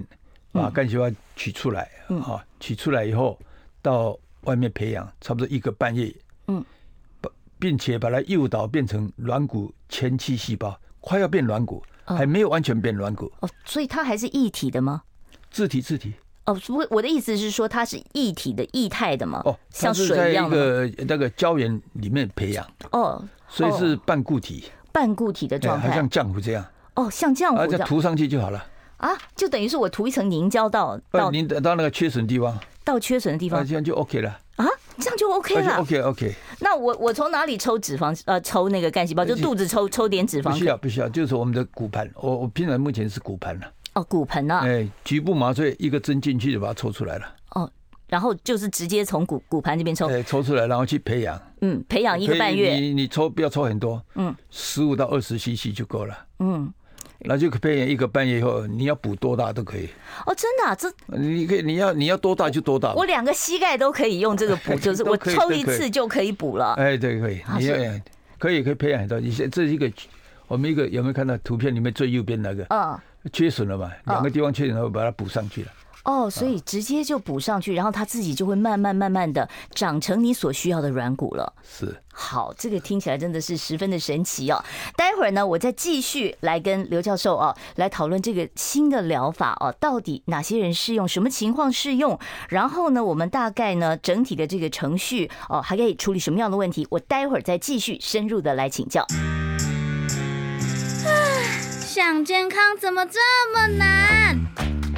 [SPEAKER 4] 嗯
[SPEAKER 5] 把干细胞取出来，啊，取出来以后到外面培养，差不多一个半月，
[SPEAKER 4] 嗯，
[SPEAKER 5] 把并且把它诱导变成软骨前期细胞，快要变软骨，还没有完全变软骨，
[SPEAKER 4] 哦，所以它还是一体的吗？
[SPEAKER 5] 自体自体
[SPEAKER 4] 哦，不，我的意思是说它是一体的、液态的吗？
[SPEAKER 5] 哦，它
[SPEAKER 4] 像
[SPEAKER 5] 是在
[SPEAKER 4] 水一
[SPEAKER 5] 一
[SPEAKER 4] 样的吗。
[SPEAKER 5] 个那个胶原里面培养，
[SPEAKER 4] 哦，
[SPEAKER 5] 所以
[SPEAKER 4] 哦
[SPEAKER 5] 是半固体，
[SPEAKER 4] 半固体的状
[SPEAKER 5] 哎，好
[SPEAKER 4] 态
[SPEAKER 5] 像。浆糊这样，
[SPEAKER 4] 哦，像浆
[SPEAKER 5] 啊，
[SPEAKER 4] 糊这
[SPEAKER 5] 再
[SPEAKER 4] 样
[SPEAKER 5] 涂上去就好了。
[SPEAKER 4] 啊，就等于是我涂一层凝胶到
[SPEAKER 5] 呃，
[SPEAKER 4] 到
[SPEAKER 5] 您到那个缺损地方，
[SPEAKER 4] 到缺损的地
[SPEAKER 5] 啊，
[SPEAKER 4] 方
[SPEAKER 5] 这样就 OK 了，
[SPEAKER 4] 啊，这样就 OK
[SPEAKER 5] 而且
[SPEAKER 4] 了。
[SPEAKER 5] 呃 OK OK，
[SPEAKER 4] 那我我从哪里抽脂肪？呃，抽那个干细胞，就
[SPEAKER 5] 而且
[SPEAKER 4] 肚子抽抽点脂
[SPEAKER 5] 不需
[SPEAKER 4] 肪
[SPEAKER 5] 要不需要，就是我们的骨盘，我我平常目前是骨盘了，
[SPEAKER 4] 哦，骨盆啊，
[SPEAKER 5] 哎，局部麻醉一个针进去就把它抽出来了，
[SPEAKER 4] 然后就是直接从骨骨盘这边抽，
[SPEAKER 5] 哎，抽出来然后去培养，
[SPEAKER 4] 嗯，培哦养一个半
[SPEAKER 5] 可以
[SPEAKER 4] 月，
[SPEAKER 5] 你你抽不要抽很多，
[SPEAKER 4] 嗯，
[SPEAKER 5] 十五到二十 CC 就够了，
[SPEAKER 4] 嗯，
[SPEAKER 5] 那就培养一个半月以后，你要补多大都可以，
[SPEAKER 4] 哦，真的、啊，这
[SPEAKER 5] 你可以你要你要多大就多大，
[SPEAKER 4] 我两个膝盖都可以用这个 补，就是
[SPEAKER 5] 都
[SPEAKER 4] 我
[SPEAKER 5] 可以
[SPEAKER 4] 抽
[SPEAKER 5] 都
[SPEAKER 4] 一
[SPEAKER 5] 可以
[SPEAKER 4] 次就可以补了。
[SPEAKER 5] 哎，对，可以
[SPEAKER 4] 啊，
[SPEAKER 5] 你要
[SPEAKER 4] 是
[SPEAKER 5] 可以可以培养很多，你现这是一个。我们一个有没有看到图片里面最右边那个
[SPEAKER 4] 嗯，
[SPEAKER 5] 缺损了嘛？两个地方缺损，然后把它补上去了。
[SPEAKER 4] 哦，所
[SPEAKER 5] 嗯
[SPEAKER 4] 以直接就补上去，然后它自己就会慢慢慢慢的长成你所需要的软骨了。
[SPEAKER 5] 是，
[SPEAKER 4] 好，这个听起来真的是十分的神奇哦。待会儿呢，我再继续来跟刘教授哦来讨论这个新的疗法哦，到底哪些人适用，什么情况适用，然后呢，我们大概呢整体的这个程序哦，还可以处理什么样的问题，我待会儿再继续深入的来请教。
[SPEAKER 3] 想健康怎么这么难？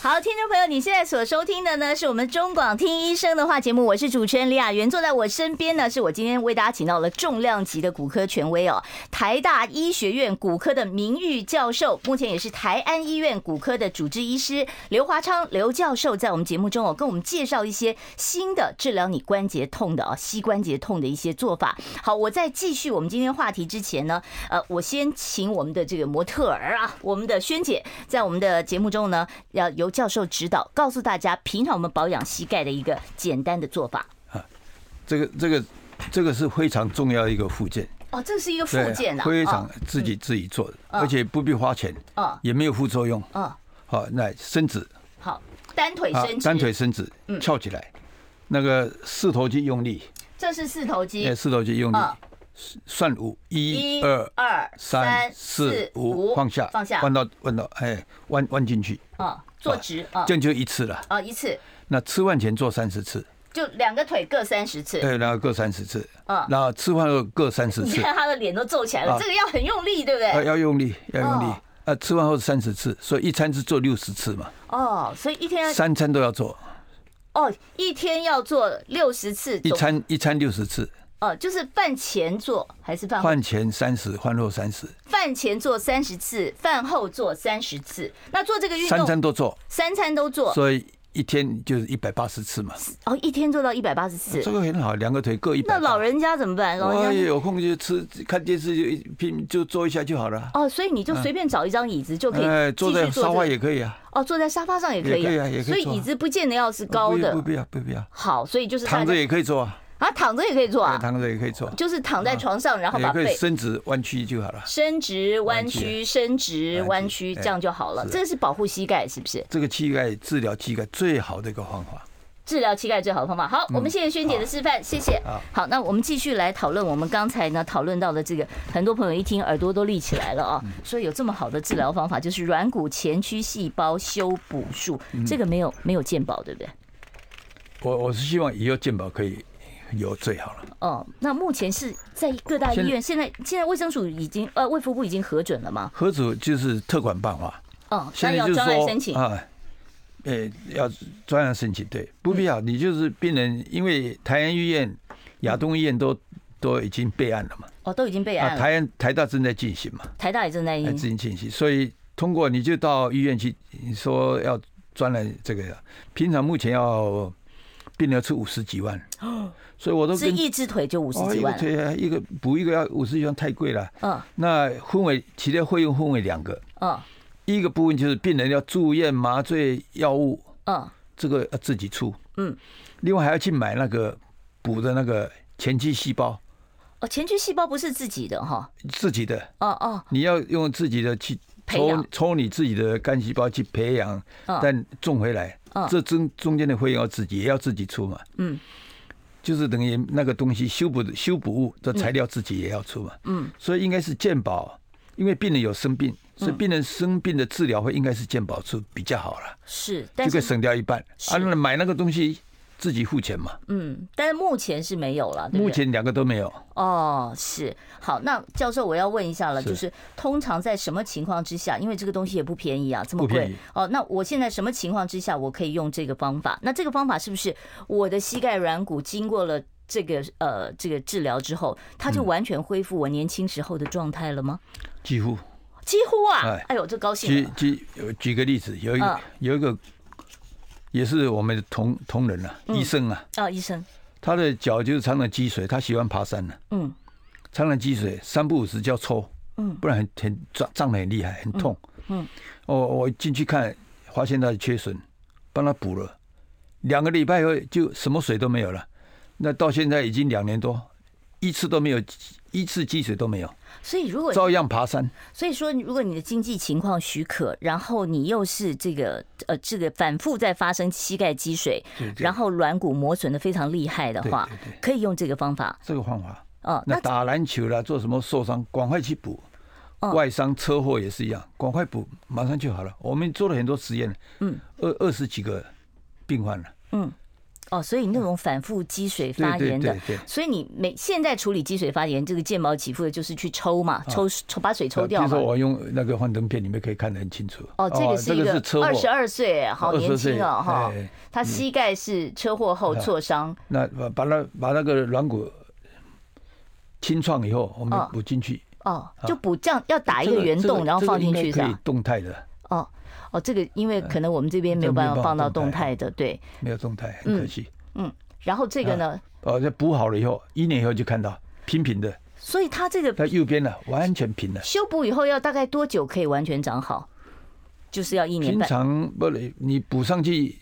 [SPEAKER 4] 好，听众朋友，你现在所收听的呢，是我们中广听医生的话节目，我是主持人李雅媛，坐在我身边呢，是我今天为大家请到了重量级的骨科权威哦，台大医学院骨科的名誉教授，目前也是台安医院骨科的主治医师刘华昌刘教授，在我们节目中哦，跟我们介绍一些新的治疗你关节痛的啊、膝关节痛的一些做法。好，我在继续我们今天话题之前呢，呃，我先请我们的这个模特儿啊，我们的萱姐，在我们的节目中呢，要由教授指导，告诉大家平常我们保养膝盖的一个简单的做法。
[SPEAKER 5] 这个这个这个是非常重要的一个附件，
[SPEAKER 4] 哦，这是一个附
[SPEAKER 5] 对，
[SPEAKER 4] 件啊，
[SPEAKER 5] 非常
[SPEAKER 4] 哦
[SPEAKER 5] 自己自己做的，
[SPEAKER 4] 嗯
[SPEAKER 5] 而且不必花钱，
[SPEAKER 4] 嗯
[SPEAKER 5] 也没有副作用。
[SPEAKER 4] 嗯，
[SPEAKER 5] 好，那伸直
[SPEAKER 4] 好，单腿
[SPEAKER 5] 啊
[SPEAKER 4] 伸直，，嗯
[SPEAKER 5] 单腿，伸直，翘起来，那个四头肌用力，
[SPEAKER 4] 这是四头
[SPEAKER 5] 哎，
[SPEAKER 4] 肌，
[SPEAKER 5] 四头肌用力
[SPEAKER 4] 嗯，
[SPEAKER 5] 算五，一、
[SPEAKER 4] 一、
[SPEAKER 5] 二、
[SPEAKER 4] 二、
[SPEAKER 5] 三、四、五，放下，
[SPEAKER 4] 放下，
[SPEAKER 5] 弯到弯到，哎，弯弯进去，
[SPEAKER 4] 嗯，坐直，啊
[SPEAKER 5] 这，样就一次了。
[SPEAKER 4] 啊，一次
[SPEAKER 5] 那吃饭前做三十次，
[SPEAKER 4] 就两个腿各三十次，
[SPEAKER 5] 对，然后各三十次
[SPEAKER 4] 嗯，
[SPEAKER 5] 然后吃饭后各三十
[SPEAKER 4] 你
[SPEAKER 5] 次，
[SPEAKER 4] 看他的脸都皱起来了，
[SPEAKER 5] 啊哎
[SPEAKER 4] 这个要很用力，对不
[SPEAKER 5] 要
[SPEAKER 4] 对？
[SPEAKER 5] 呃要用力，要用力
[SPEAKER 4] 哎哦。
[SPEAKER 5] 呃，吃完后三十次，所以一餐是做六十次嘛，
[SPEAKER 4] 哦，所以一天
[SPEAKER 5] 三餐都要做，
[SPEAKER 4] 哦，一天要做六十次，
[SPEAKER 5] 一餐一餐六十次，
[SPEAKER 4] 哦，就是饭前做还是饭后？
[SPEAKER 5] 饭前三十，饭后三十，
[SPEAKER 4] 饭前做三十次，饭后做三十次。那做这个运动，
[SPEAKER 5] 三餐都做，
[SPEAKER 4] 三餐都做，
[SPEAKER 5] 所以一天就是一百八十次嘛，
[SPEAKER 4] 哦，一天做到一百八十次
[SPEAKER 5] 这。个很好，两个腿各一百。哎
[SPEAKER 4] 那老人家怎么办？老
[SPEAKER 5] 我
[SPEAKER 4] 人
[SPEAKER 5] 也
[SPEAKER 4] 家
[SPEAKER 5] 有空就吃看电视就一拼就坐一下就好了，
[SPEAKER 4] 哦，所以你就随便找一张椅子就可以
[SPEAKER 5] 嗯哎，
[SPEAKER 4] 继
[SPEAKER 5] 坐
[SPEAKER 4] 续
[SPEAKER 5] 在
[SPEAKER 4] 做
[SPEAKER 5] 沙
[SPEAKER 4] 这
[SPEAKER 5] 发
[SPEAKER 4] 个
[SPEAKER 5] 也可以啊，
[SPEAKER 4] 哦，坐在沙发上也可以
[SPEAKER 5] 也可以啊也可以
[SPEAKER 4] 所以
[SPEAKER 5] 做啊
[SPEAKER 4] 椅子不见得要是高的
[SPEAKER 5] 不。必要不必要，
[SPEAKER 4] 好，所以就是大
[SPEAKER 5] 躺
[SPEAKER 4] 家
[SPEAKER 5] 着也可以做啊，
[SPEAKER 4] 啊，躺着也可以做啊，
[SPEAKER 5] 躺着也可以做，
[SPEAKER 4] 就是躺在床上，然后
[SPEAKER 5] 也
[SPEAKER 4] 把
[SPEAKER 5] 可以
[SPEAKER 4] 背
[SPEAKER 5] 伸直弯曲就好了。
[SPEAKER 4] 伸直、弯曲、
[SPEAKER 5] 弯曲哎
[SPEAKER 4] 伸直、弯曲，
[SPEAKER 5] 弯曲哎
[SPEAKER 4] 这样就好了。
[SPEAKER 5] 是
[SPEAKER 4] 这个是保护膝盖，是不是？
[SPEAKER 5] 这个膝盖治疗膝盖最好的一个方法。
[SPEAKER 4] 治疗膝盖最好的方法。好，
[SPEAKER 5] 嗯
[SPEAKER 4] 我们谢谢萱姐的示范，谢谢。好，那我们继续来讨论我们刚才呢讨论到的这个，很多朋友一听耳朵都立起来了啊，
[SPEAKER 5] 嗯
[SPEAKER 4] 说有这么好的治疗方法，就是软骨前屈细胞修补术，
[SPEAKER 5] 嗯
[SPEAKER 4] 这个没有没有鉴宝，对不对？
[SPEAKER 5] 我我是希望以后健保可以有最好了。
[SPEAKER 4] 哦，那目前是在各大医院，现在现在卫生署已经呃卫福部已经核准了吗？
[SPEAKER 5] 核主就是特管办法，
[SPEAKER 4] 哦，那
[SPEAKER 5] 现在
[SPEAKER 4] 要
[SPEAKER 5] 就是
[SPEAKER 4] 专案
[SPEAKER 5] 说
[SPEAKER 4] 申请。
[SPEAKER 5] 啊，呃，要专案申请，对，不必要，你就是病人，因为台安医院、亚东医院都都已经备案了嘛，
[SPEAKER 4] 哦，都已经备
[SPEAKER 5] 啊，
[SPEAKER 4] 案嗯了，
[SPEAKER 5] 台哎安台大正在进行嘛，
[SPEAKER 4] 台大也正在
[SPEAKER 5] 还
[SPEAKER 4] 应
[SPEAKER 5] 进行进行，所以通过你就到医院去，你说要专栏这个，平常目前要病人出五十几万，所以我都
[SPEAKER 4] 哦是
[SPEAKER 5] 跟
[SPEAKER 4] 一只腿就五十
[SPEAKER 5] 哦，
[SPEAKER 4] 几
[SPEAKER 5] 一个
[SPEAKER 4] 万了，
[SPEAKER 5] 腿啊，一个补一个要五十几万太贵了。
[SPEAKER 4] 嗯
[SPEAKER 5] 那分为其实费用分为两个，
[SPEAKER 4] 嗯
[SPEAKER 5] 一个部分就是病人要住院麻醉药物，
[SPEAKER 4] 嗯，
[SPEAKER 5] 这个呃要自己出，
[SPEAKER 4] 嗯，
[SPEAKER 5] 另外还要去买那个补的那个前期细胞，
[SPEAKER 4] 哦，前屈细胞不是自己的哈，
[SPEAKER 5] 自己的，
[SPEAKER 4] 哦哦，
[SPEAKER 5] 你要用自己的去
[SPEAKER 4] 培
[SPEAKER 5] 抽
[SPEAKER 4] 养
[SPEAKER 5] 抽你自己的干细胞去培养
[SPEAKER 4] 嗯，
[SPEAKER 5] 但种回来，
[SPEAKER 4] 嗯
[SPEAKER 5] 这中中间的费用要自己也要自己出嘛，
[SPEAKER 4] 嗯，
[SPEAKER 5] 就是等于那个东西修补的修补物的材料自己也要出嘛，嗯，所以应该是健保，因为病人有生
[SPEAKER 4] 嗯
[SPEAKER 5] 病，所以病人生病的治疗费应该是健保出比较好了，
[SPEAKER 4] 是，
[SPEAKER 5] 就
[SPEAKER 4] 但
[SPEAKER 5] 可以
[SPEAKER 4] 是
[SPEAKER 5] 省掉一半
[SPEAKER 4] 是
[SPEAKER 5] 啊，那买那个东西自己付钱嘛，
[SPEAKER 4] 嗯，但是目前是没有了，对不对
[SPEAKER 5] 目前两个都没有。
[SPEAKER 4] 哦，是好。那教授，我要问一下了，
[SPEAKER 5] 是
[SPEAKER 4] 就是通常在什么情况之下，因为这个东西也不便宜啊，这么
[SPEAKER 5] 不便
[SPEAKER 4] 贵
[SPEAKER 5] 宜
[SPEAKER 4] 哦。那我现在什么情况之下我可以用这个方法？那这个方法是不是我的膝盖软骨经过了这个呃这个治疗之后，它
[SPEAKER 5] 嗯
[SPEAKER 4] 就完全恢复我年轻时候的状态了吗？
[SPEAKER 5] 几乎
[SPEAKER 4] 几乎啊
[SPEAKER 5] 哎！
[SPEAKER 4] 哎呦，这高兴
[SPEAKER 5] 举
[SPEAKER 4] 了。
[SPEAKER 5] 举呃举个例子，有一个、
[SPEAKER 4] 嗯
[SPEAKER 5] 有一个也是我们的同同仁啊，医生啊，
[SPEAKER 4] 啊，医生，
[SPEAKER 5] 他的脚就是常常积水，他喜欢爬山呢、
[SPEAKER 4] 嗯
[SPEAKER 5] 常常积水，三不五时就要抽，
[SPEAKER 4] 嗯
[SPEAKER 5] 不然很很胀胀的很厉害，很痛。
[SPEAKER 4] 嗯
[SPEAKER 5] 我我进去看，发现他的缺损，帮他补了，两个礼拜以后就什么水都没有了，那到现在已经两年多，一次都没有，一次积水都没有，
[SPEAKER 4] 所以如果
[SPEAKER 5] 照样爬山。
[SPEAKER 4] 所以说，如果你的经济情况许可，然后你又是这个呃这个反复在发生膝盖积水，
[SPEAKER 5] 对对
[SPEAKER 4] 然后软骨磨损的非常厉害的话
[SPEAKER 5] 对对对，
[SPEAKER 4] 可以用这个方法
[SPEAKER 5] 这个方法。
[SPEAKER 4] 哦。
[SPEAKER 5] 那
[SPEAKER 4] 那
[SPEAKER 5] 打篮球啦，做什么受伤，赶快去补。
[SPEAKER 4] 哦
[SPEAKER 5] 外伤、车祸也是一样，赶快补，马上就好了。我们做了很多实验，
[SPEAKER 4] 嗯，
[SPEAKER 5] 二二十几个病患了，
[SPEAKER 4] 哦，所以那种反复积水
[SPEAKER 5] 对
[SPEAKER 4] 发
[SPEAKER 5] 对
[SPEAKER 4] 炎的
[SPEAKER 5] 对，对，
[SPEAKER 4] 所以你每现在处理积水发炎，这个健保给付的就是去抽嘛，抽抽把水抽
[SPEAKER 5] 比
[SPEAKER 4] 掉
[SPEAKER 5] 啊如说
[SPEAKER 4] 嘛。
[SPEAKER 5] 我用那个幻灯片，你们可以看得很清楚。
[SPEAKER 4] 哦，这个是一
[SPEAKER 5] 是车
[SPEAKER 4] 个
[SPEAKER 5] 祸
[SPEAKER 4] 二十二岁，好年
[SPEAKER 5] 22岁
[SPEAKER 4] 轻哦，哈
[SPEAKER 5] 哎，啊
[SPEAKER 4] 他膝盖是车祸后挫伤，
[SPEAKER 5] 那把把那把那个软骨清创以后，我们
[SPEAKER 4] 哦
[SPEAKER 5] 补进去。
[SPEAKER 4] 哦，就补这样要打一
[SPEAKER 5] 啊这
[SPEAKER 4] 个圆
[SPEAKER 5] 这
[SPEAKER 4] 洞，然后
[SPEAKER 5] 这个
[SPEAKER 4] 放进
[SPEAKER 5] 应该
[SPEAKER 4] 去是
[SPEAKER 5] 可
[SPEAKER 4] 吧
[SPEAKER 5] 以？动态的，
[SPEAKER 4] 哦哦，这个因为可能我们这边没有
[SPEAKER 5] 哎这没
[SPEAKER 4] 办法
[SPEAKER 5] 办法
[SPEAKER 4] 放到
[SPEAKER 5] 动
[SPEAKER 4] 动
[SPEAKER 5] 态
[SPEAKER 4] 态的，对。
[SPEAKER 5] 没有动态，很可
[SPEAKER 4] 嗯
[SPEAKER 5] 惜。
[SPEAKER 4] 然后这个呢，
[SPEAKER 5] 哦，这补好了以后，一年以后就看到平平的，
[SPEAKER 4] 所以它这个
[SPEAKER 5] 它右边呢完全平了。
[SPEAKER 4] 修补以后要大概多久可以完全长好？就是要一年
[SPEAKER 5] 平
[SPEAKER 4] 半，
[SPEAKER 5] 常不，你补上去